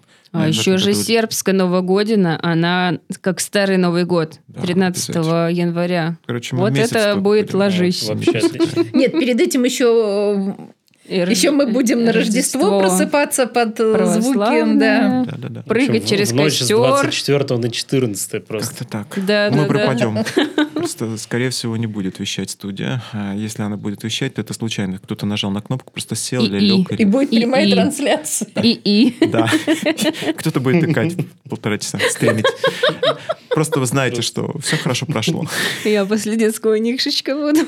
[SPEAKER 1] Э,
[SPEAKER 2] А
[SPEAKER 1] в
[SPEAKER 2] еще
[SPEAKER 1] этом
[SPEAKER 2] же
[SPEAKER 1] году-
[SPEAKER 2] сербская Новогодина, она как старый Новый год,
[SPEAKER 1] Да,
[SPEAKER 2] 13 января.
[SPEAKER 1] Короче, мы
[SPEAKER 2] Вот
[SPEAKER 1] месяц
[SPEAKER 2] это
[SPEAKER 1] тут
[SPEAKER 2] будет
[SPEAKER 1] будем, да.
[SPEAKER 2] ложись.
[SPEAKER 3] Вообще отлично.
[SPEAKER 4] Нет, перед этим еще,
[SPEAKER 2] И
[SPEAKER 4] э, еще мы будем на Рождество просыпаться под э, звуки. Да.
[SPEAKER 2] православное.
[SPEAKER 1] Да-да-да.
[SPEAKER 2] (laughs) Прыгать
[SPEAKER 3] В общем,
[SPEAKER 2] через
[SPEAKER 3] в ночь с
[SPEAKER 2] костер.
[SPEAKER 3] 24 на 14 просто.
[SPEAKER 1] Как-то так.
[SPEAKER 2] Да,
[SPEAKER 1] Мы
[SPEAKER 2] да, да. (laughs)
[SPEAKER 1] пропадем. Просто, скорее всего, не будет вещать студия. А Если она будет вещать, то это случайно. Кто-то нажал на кнопку, просто сел
[SPEAKER 2] И-
[SPEAKER 1] или
[SPEAKER 2] и.
[SPEAKER 1] лег.
[SPEAKER 4] И
[SPEAKER 1] или-
[SPEAKER 4] будет
[SPEAKER 2] И-
[SPEAKER 4] прямая
[SPEAKER 2] и-
[SPEAKER 4] трансляция.
[SPEAKER 2] И-и.
[SPEAKER 1] Да. Кто-то будет тыкать полтора часа, стримить. Просто вы знаете, что все хорошо прошло.
[SPEAKER 2] Я после детского нишечка буду.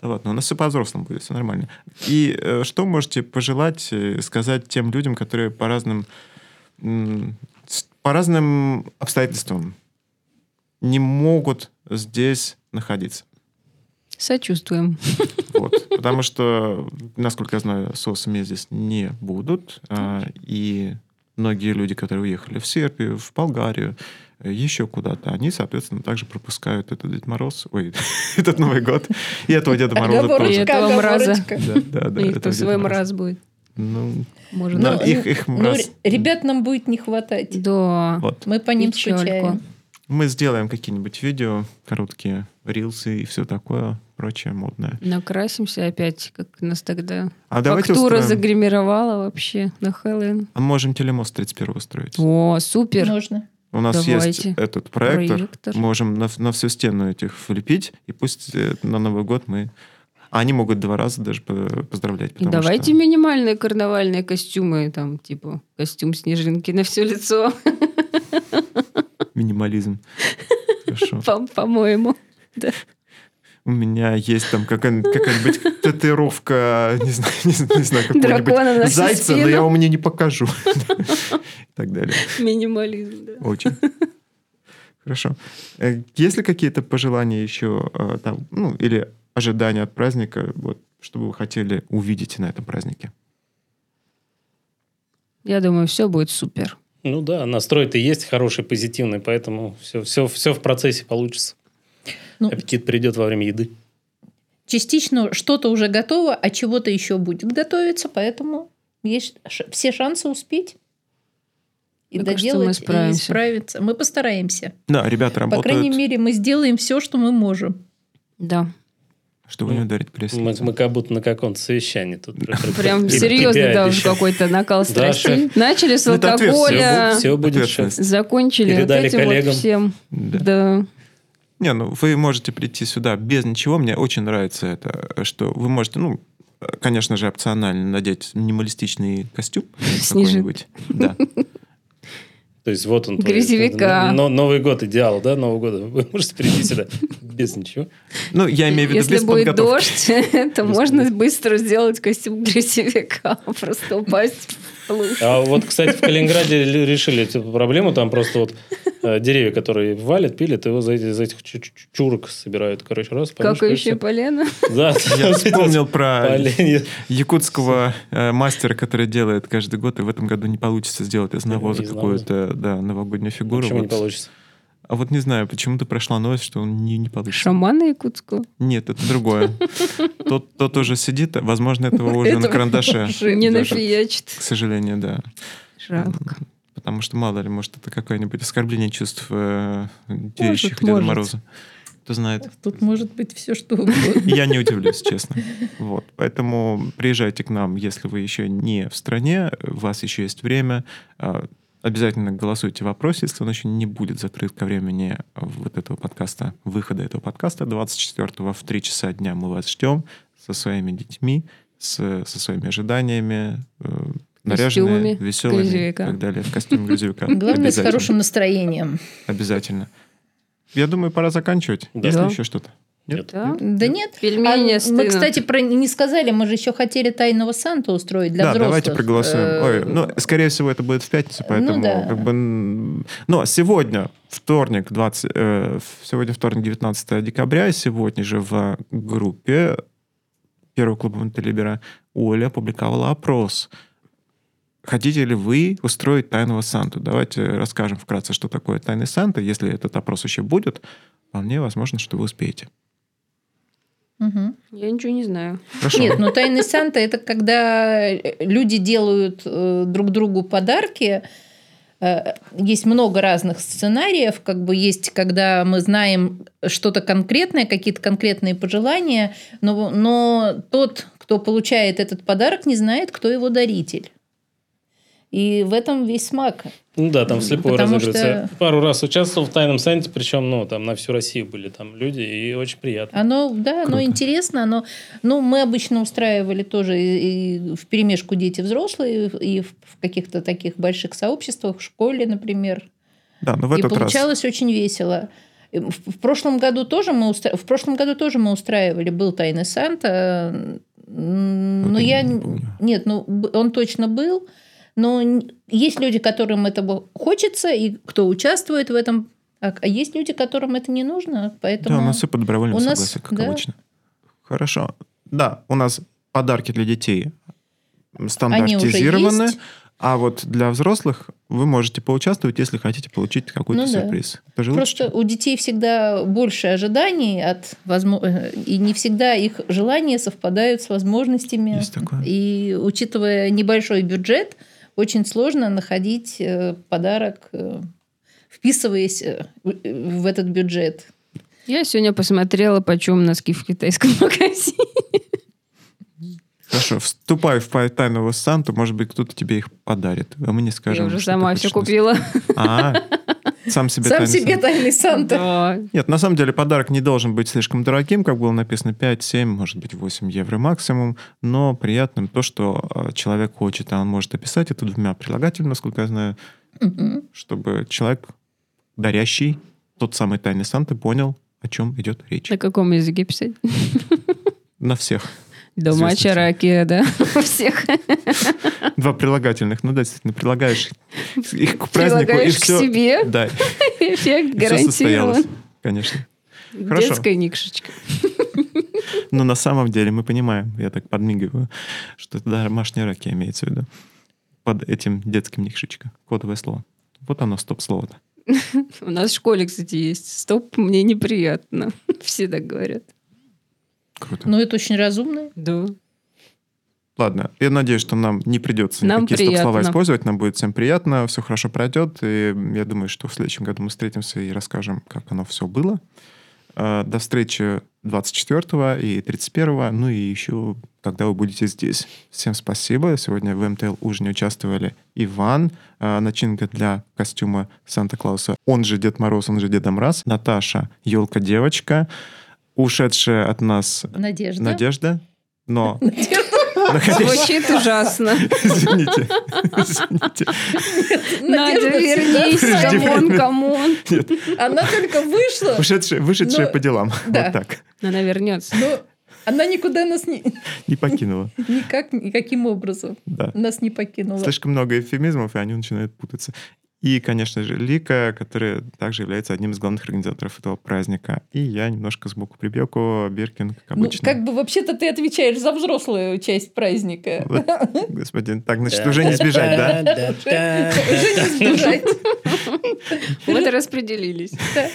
[SPEAKER 1] Да ладно, у нас все по-взрослому будет, все нормально. И э, что можете пожелать, э, сказать тем людям, которые по разным, м, с- по разным обстоятельствам не могут здесь находиться?
[SPEAKER 2] Сочувствуем.
[SPEAKER 1] Вот. Потому что, насколько я знаю, соусами здесь не будут. А, и многие люди, которые уехали в Сербию, в Болгарию, э, еще куда-то, они, соответственно, также пропускают этот Дед Мороз, ой, (laughs) этот Новый год и этого Деда Мороза
[SPEAKER 2] И
[SPEAKER 1] тоже.
[SPEAKER 2] этого
[SPEAKER 4] Оговорочка,
[SPEAKER 2] мраза.
[SPEAKER 4] оговорочка.
[SPEAKER 1] Да, да, да,
[SPEAKER 2] И
[SPEAKER 1] этого
[SPEAKER 2] кто свой
[SPEAKER 1] Деда Мороза.
[SPEAKER 2] мраз будет.
[SPEAKER 1] Ну,
[SPEAKER 2] Может,
[SPEAKER 1] да,
[SPEAKER 4] Ну,
[SPEAKER 1] их, их
[SPEAKER 4] Ну,
[SPEAKER 1] мраз.
[SPEAKER 4] ре- ребят нам будет не хватать.
[SPEAKER 2] Да.
[SPEAKER 1] Вот.
[SPEAKER 4] Мы по ним
[SPEAKER 2] Печальку.
[SPEAKER 4] скучаем.
[SPEAKER 1] Мы сделаем какие-нибудь видео, короткие рилсы и все такое прочее модное.
[SPEAKER 2] Накрасимся опять, как нас тогда
[SPEAKER 1] А давайте
[SPEAKER 2] фактура
[SPEAKER 1] устроим-
[SPEAKER 2] загримировала вообще на Хэллоуин.
[SPEAKER 1] А можем телемост 31 устроить.
[SPEAKER 2] О, супер.
[SPEAKER 4] Можно.
[SPEAKER 1] У нас есть
[SPEAKER 2] Давайте.
[SPEAKER 1] этот проектор.
[SPEAKER 2] Проектор.
[SPEAKER 1] Можем на, на всю стену этих влепить, и пусть э, на Новый год мы... А они могут два раза даже по- поздравлять.
[SPEAKER 2] И
[SPEAKER 1] потому
[SPEAKER 2] давайте
[SPEAKER 1] что-
[SPEAKER 2] минимальные карнавальные костюмы, там, типа, костюм снежинки на все лицо, (laughs)
[SPEAKER 1] Минимализм. Хорошо.
[SPEAKER 2] по- по-моему.
[SPEAKER 1] У меня есть там какая- какая-нибудь татуировка, не знаю, не знаю, не знаю,
[SPEAKER 2] Дракона на
[SPEAKER 1] какого-нибудь
[SPEAKER 2] всю
[SPEAKER 1] зайца, но
[SPEAKER 2] спину.
[SPEAKER 1] я вам мне не покажу. (laughs) И так далее.
[SPEAKER 2] Минимализм, да.
[SPEAKER 1] Очень. (laughs) Хорошо. Э, Есть ли какие-то пожелания еще э, там, ну, или ожидания от праздника, вот, что бы вы хотели увидеть на этом празднике?
[SPEAKER 2] Я думаю, все будет супер.
[SPEAKER 3] Ну да, настрой-то есть хороший, позитивный, поэтому все, все, все в процессе получится.
[SPEAKER 4] Ну,
[SPEAKER 3] Аппетит придет во время еды.
[SPEAKER 4] частично что-то уже готово, а чего-то еще будет готовиться, поэтому есть ш- все шансы успеть и
[SPEAKER 2] Мне кажется, мы
[SPEAKER 4] доделать, и
[SPEAKER 2] справимся.
[SPEAKER 4] справиться. Мы постараемся.
[SPEAKER 1] Да, ребята
[SPEAKER 4] По
[SPEAKER 1] работают,
[SPEAKER 4] крайней мере, мы сделаем все, что мы можем.
[SPEAKER 2] Да.
[SPEAKER 1] чтобы не ударить пресс.
[SPEAKER 3] Мы, мы как будто на каком-то
[SPEAKER 2] (laughs)
[SPEAKER 3] совещании тут.
[SPEAKER 2] Прям
[SPEAKER 3] Кипя-
[SPEAKER 2] серьезно, да, уж
[SPEAKER 3] кипящее.
[SPEAKER 2] какой-то накал страстей. Начали с
[SPEAKER 1] Ну, это
[SPEAKER 2] алкоголя,
[SPEAKER 1] ответственность.
[SPEAKER 3] Все будет
[SPEAKER 1] Ответственность.
[SPEAKER 3] сейчас.
[SPEAKER 2] закончили вот
[SPEAKER 3] Передали
[SPEAKER 2] этим
[SPEAKER 3] коллегам.
[SPEAKER 2] вот всем.
[SPEAKER 1] Да.
[SPEAKER 2] Да.
[SPEAKER 1] Не, ну вы можете прийти сюда без ничего. Мне очень нравится это, что вы можете, ну, э, конечно же, опционально надеть минималистичный костюм
[SPEAKER 2] Снежинки.
[SPEAKER 1] какой-нибудь. Да.
[SPEAKER 3] То есть вот он. твой-
[SPEAKER 2] Грязевика.
[SPEAKER 3] Но- Новый год идеал, да, Нового года. (laughs) Вы можете прийти сюда без ничего.
[SPEAKER 1] Ну, я имею в виду
[SPEAKER 2] Если
[SPEAKER 1] без
[SPEAKER 2] будет
[SPEAKER 1] подготовки.
[SPEAKER 2] дождь, (laughs) то
[SPEAKER 3] Без
[SPEAKER 2] можно
[SPEAKER 3] подготовки.
[SPEAKER 2] быстро сделать костюм грязевика, (laughs) просто упасть в лужу.
[SPEAKER 3] А вот, кстати, в Калининграде ле- решили эту проблему. Там просто вот э, деревья, которые валят, пилят, его за эти- из этих чу- чу- чурок собирают. Короче, раз. помнишь,
[SPEAKER 2] Какающее
[SPEAKER 3] и всё.
[SPEAKER 2] полено.
[SPEAKER 3] Да,
[SPEAKER 1] Я вспомнил про
[SPEAKER 3] Поленья.
[SPEAKER 1] якутского э, мастера, который делает каждый год, и в этом году не получится сделать из навоза
[SPEAKER 3] Из
[SPEAKER 1] какую-то да, новогоднюю фигуру.
[SPEAKER 3] Почему не
[SPEAKER 1] Вот.
[SPEAKER 3] получится?
[SPEAKER 1] А вот не знаю, почему-то прошла новость, что он не, не получится.
[SPEAKER 2] Шамана якутского.
[SPEAKER 1] Нет, это другое. Тот, тот уже сидит, возможно, этого уже на
[SPEAKER 2] (laughs)
[SPEAKER 4] Этого
[SPEAKER 1] карандаше.
[SPEAKER 4] уже
[SPEAKER 2] Не
[SPEAKER 1] даже. К
[SPEAKER 2] нафиячит.
[SPEAKER 1] сожалению, да.
[SPEAKER 2] Жалко.
[SPEAKER 1] Потому что, мало ли, может, это какое-нибудь оскорбление чувств э, верующих в Деда
[SPEAKER 2] может.
[SPEAKER 1] Мороза. кто знает.
[SPEAKER 4] Тут может быть все что угодно.
[SPEAKER 1] Я не удивлюсь, честно. Вот. Поэтому приезжайте к нам, если вы еще не в стране, у вас еще есть время. А, Обязательно голосуйте в вопросе, если он еще не будет закрыт ко времени вот этого подкаста, выхода этого подкаста. 24 в 3 часа дня мы вас ждем со своими детьми, с- со своими ожиданиями, э, наряженные,
[SPEAKER 2] костюме
[SPEAKER 1] веселыми и
[SPEAKER 2] грузовика.
[SPEAKER 1] так далее, в костюме грузовика.
[SPEAKER 4] Главное, с
[SPEAKER 1] Обязательно.
[SPEAKER 4] хорошим настроением.
[SPEAKER 1] Обязательно. Я думаю, пора заканчивать.
[SPEAKER 3] Да.
[SPEAKER 1] Есть ли
[SPEAKER 2] Да.
[SPEAKER 1] еще что-то? Нет?
[SPEAKER 2] Да.
[SPEAKER 4] Да нет.
[SPEAKER 2] Пельмени
[SPEAKER 4] А мы,
[SPEAKER 2] стынут.
[SPEAKER 4] кстати, про не сказали, мы же еще хотели тайного Санту устроить для
[SPEAKER 1] да,
[SPEAKER 4] взрослых.
[SPEAKER 1] давайте проголосуем.
[SPEAKER 4] Э, Ну
[SPEAKER 1] Ой, ну, скорее всего, это будет в пятницу, поэтому...
[SPEAKER 4] да.
[SPEAKER 1] как бы, м, но сегодня, вторник, 20, э, в- сегодня вторник, 19 декабря, и сегодня же в группе Первого клуба Монтелибера Оля опубликовала опрос. Хотите ли вы устроить тайного Санту? Давайте расскажем вкратце, что такое тайный Санта. Если этот опрос еще будет, вполне возможно, что вы успеете.
[SPEAKER 4] мгм.
[SPEAKER 2] Я ничего не знаю.
[SPEAKER 1] Хорошо.
[SPEAKER 4] Нет, ну тайный Санта это когда э, люди делают э, друг другу подарки. Э, Есть много разных сценариев, как бы есть, когда мы знаем что-то конкретное, какие-то конкретные пожелания, но, но тот, кто получает этот подарок, не знает, кто его даритель. И в этом весь смак.
[SPEAKER 3] Ну да, там вслепую
[SPEAKER 4] Потому
[SPEAKER 3] разыгрывается. Пару раз участвовал в тайном санте, причем, ну, там на всю Россию были там люди, и очень приятно.
[SPEAKER 4] Оно, да, оно
[SPEAKER 1] Круто.
[SPEAKER 4] интересно, оно, ну, мы обычно устраивали тоже и, и в перемешку дети взрослые и в, в каких-то таких больших сообществах, в школе, например.
[SPEAKER 1] Да, но в
[SPEAKER 4] и
[SPEAKER 1] этот раз...
[SPEAKER 4] получалось очень весело. И В, в прошлом году тоже мы устра... в прошлом году тоже мы устраивали был тайный Санта, м,
[SPEAKER 1] Вот
[SPEAKER 4] но
[SPEAKER 1] я
[SPEAKER 4] ну, я
[SPEAKER 1] не
[SPEAKER 4] н-
[SPEAKER 1] помню.
[SPEAKER 4] нет, ну б- он точно был, но н- есть люди, которым этого хочется и кто участвует в этом, а а есть люди, которым это не нужно, поэтому
[SPEAKER 1] Да, у нас все по добровольному
[SPEAKER 4] у нас,
[SPEAKER 1] согласию, как
[SPEAKER 4] да.
[SPEAKER 1] обычно. Хорошо. Да, у нас подарки для детей
[SPEAKER 4] они уже
[SPEAKER 1] стандартизированы,
[SPEAKER 4] есть.
[SPEAKER 1] а вот для взрослых вы можете поучаствовать, если хотите получить какой-то
[SPEAKER 4] Ну да.
[SPEAKER 1] сюрприз. Это же лучше,
[SPEAKER 4] Просто у детей всегда больше ожиданий от возмо- э, и не всегда их желания совпадают с возможностями.
[SPEAKER 1] Есть такое.
[SPEAKER 4] И учитывая небольшой бюджет, очень сложно находить э, подарок, э, вписываясь э, в в этот бюджет.
[SPEAKER 2] Я сегодня посмотрела, почем носки в китайском (laughs) магазине.
[SPEAKER 1] Хорошо, вступай в па- тайного Санту, может быть, кто-то тебе их подарит, а мы не скажем.
[SPEAKER 2] Я уже
[SPEAKER 1] что
[SPEAKER 2] сама
[SPEAKER 1] ты
[SPEAKER 2] все
[SPEAKER 1] хочешь нас-
[SPEAKER 2] купила.
[SPEAKER 1] А, сам себе
[SPEAKER 4] Сам
[SPEAKER 1] тайный
[SPEAKER 4] себе
[SPEAKER 1] Санта.
[SPEAKER 4] тайный Санта.
[SPEAKER 2] (laughs) Да.
[SPEAKER 1] Нет, на самом деле подарок не должен быть слишком дорогим, как было написано, 5, 7, может быть, 8 евро максимум, но приятным то, что э, человек хочет, а он может описать это двумя прилагательными, насколько я знаю,
[SPEAKER 4] Мгм.
[SPEAKER 1] чтобы человек, дарящий тот самый тайный Санта, понял, о чем идет речь.
[SPEAKER 2] На каком языке писать?
[SPEAKER 1] На всех. (laughs)
[SPEAKER 2] Дома
[SPEAKER 1] Известно всем.
[SPEAKER 2] чараки, да? (laughs) Всех.
[SPEAKER 1] Два прилагательных. Ну да, действительно,
[SPEAKER 2] (laughs)
[SPEAKER 1] прилагаешь их к празднику, и
[SPEAKER 2] Прилагаешь к
[SPEAKER 1] все...
[SPEAKER 2] себе.
[SPEAKER 1] Да,
[SPEAKER 2] Эффект
[SPEAKER 1] и все состоялось,
[SPEAKER 2] гарантирован.
[SPEAKER 1] конечно. Хорошо.
[SPEAKER 2] Детская никшечка.
[SPEAKER 1] Но на самом деле мы понимаем, я так подмигиваю, что это домашний рак имеется в виду. Под этим детским никшичка. Кодовое слово. Вот оно, стоп-слово-то.
[SPEAKER 2] У нас в школе, кстати, есть. Стоп, мне неприятно. (laughs) Все так говорят.
[SPEAKER 1] Круто.
[SPEAKER 4] Ну, это очень разумно.
[SPEAKER 2] Да.
[SPEAKER 1] Ладно, я надеюсь, что нам не придется
[SPEAKER 2] Нам
[SPEAKER 1] никакие стоп-слова
[SPEAKER 2] приятно.
[SPEAKER 1] использовать. Нам будет всем приятно, все хорошо пройдет. И я думаю, что в следующем году мы встретимся и расскажем, как оно все было. Э, До встречи 24 и 31, ну и еще, когда вы будете здесь. Всем спасибо. Сегодня в МТЛ ужине участвовали Иван, э, начинка для костюма Санта-Клауса, он же Дед Мороз, он же Дед Мраз, Наташа, елка-девочка, ушедшая от нас
[SPEAKER 4] Надежда.
[SPEAKER 1] Надежда,
[SPEAKER 4] (laughs)
[SPEAKER 1] но
[SPEAKER 4] Надежда.
[SPEAKER 1] находящаяся
[SPEAKER 2] Звучит ужасно. (laughs)
[SPEAKER 1] (laughs) Извините. Извините.
[SPEAKER 2] Надя,
[SPEAKER 4] Надежда
[SPEAKER 2] вернись.
[SPEAKER 4] всегда-
[SPEAKER 2] Камон, камон.
[SPEAKER 1] Нет.
[SPEAKER 4] Она только вышла.
[SPEAKER 1] Ушедшая, вышедшая
[SPEAKER 4] Ну,
[SPEAKER 1] по делам.
[SPEAKER 4] да.
[SPEAKER 1] Вот так.
[SPEAKER 2] Она вернется.
[SPEAKER 4] Но она никуда нас не,
[SPEAKER 1] Не покинула.
[SPEAKER 4] никак, никаким образом
[SPEAKER 1] Да.
[SPEAKER 4] нас не покинула.
[SPEAKER 1] Слишком много эвфемизмов, и они начинают путаться. И, конечно же, Лика, которая также является одним из главных организаторов этого праздника. И я немножко сбоку прибегу, Биркин, как
[SPEAKER 4] Ну,
[SPEAKER 1] обычно.
[SPEAKER 4] как бы вообще-то ты отвечаешь за взрослую часть праздника.
[SPEAKER 1] Вот, господин, так, значит, уже не сбежать, да?
[SPEAKER 4] Уже не сбежать.
[SPEAKER 2] Вот и (laughs) распределились.
[SPEAKER 4] Да.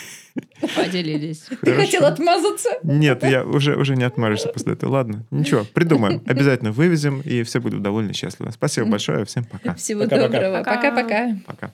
[SPEAKER 2] Поделились.
[SPEAKER 4] Ты
[SPEAKER 1] Хорошо.
[SPEAKER 4] хотел отмазаться?
[SPEAKER 1] Нет, я уже, уже не отмажешься после этого. Ладно, ничего,
[SPEAKER 4] (laughs)
[SPEAKER 1] придумаем. Обязательно вывезем, и все будут довольны и счастливы. Спасибо большое, всем пока.
[SPEAKER 4] Всего
[SPEAKER 3] Пока-пока.
[SPEAKER 4] доброго.
[SPEAKER 2] Пока.
[SPEAKER 4] Пока-пока.
[SPEAKER 1] Пока.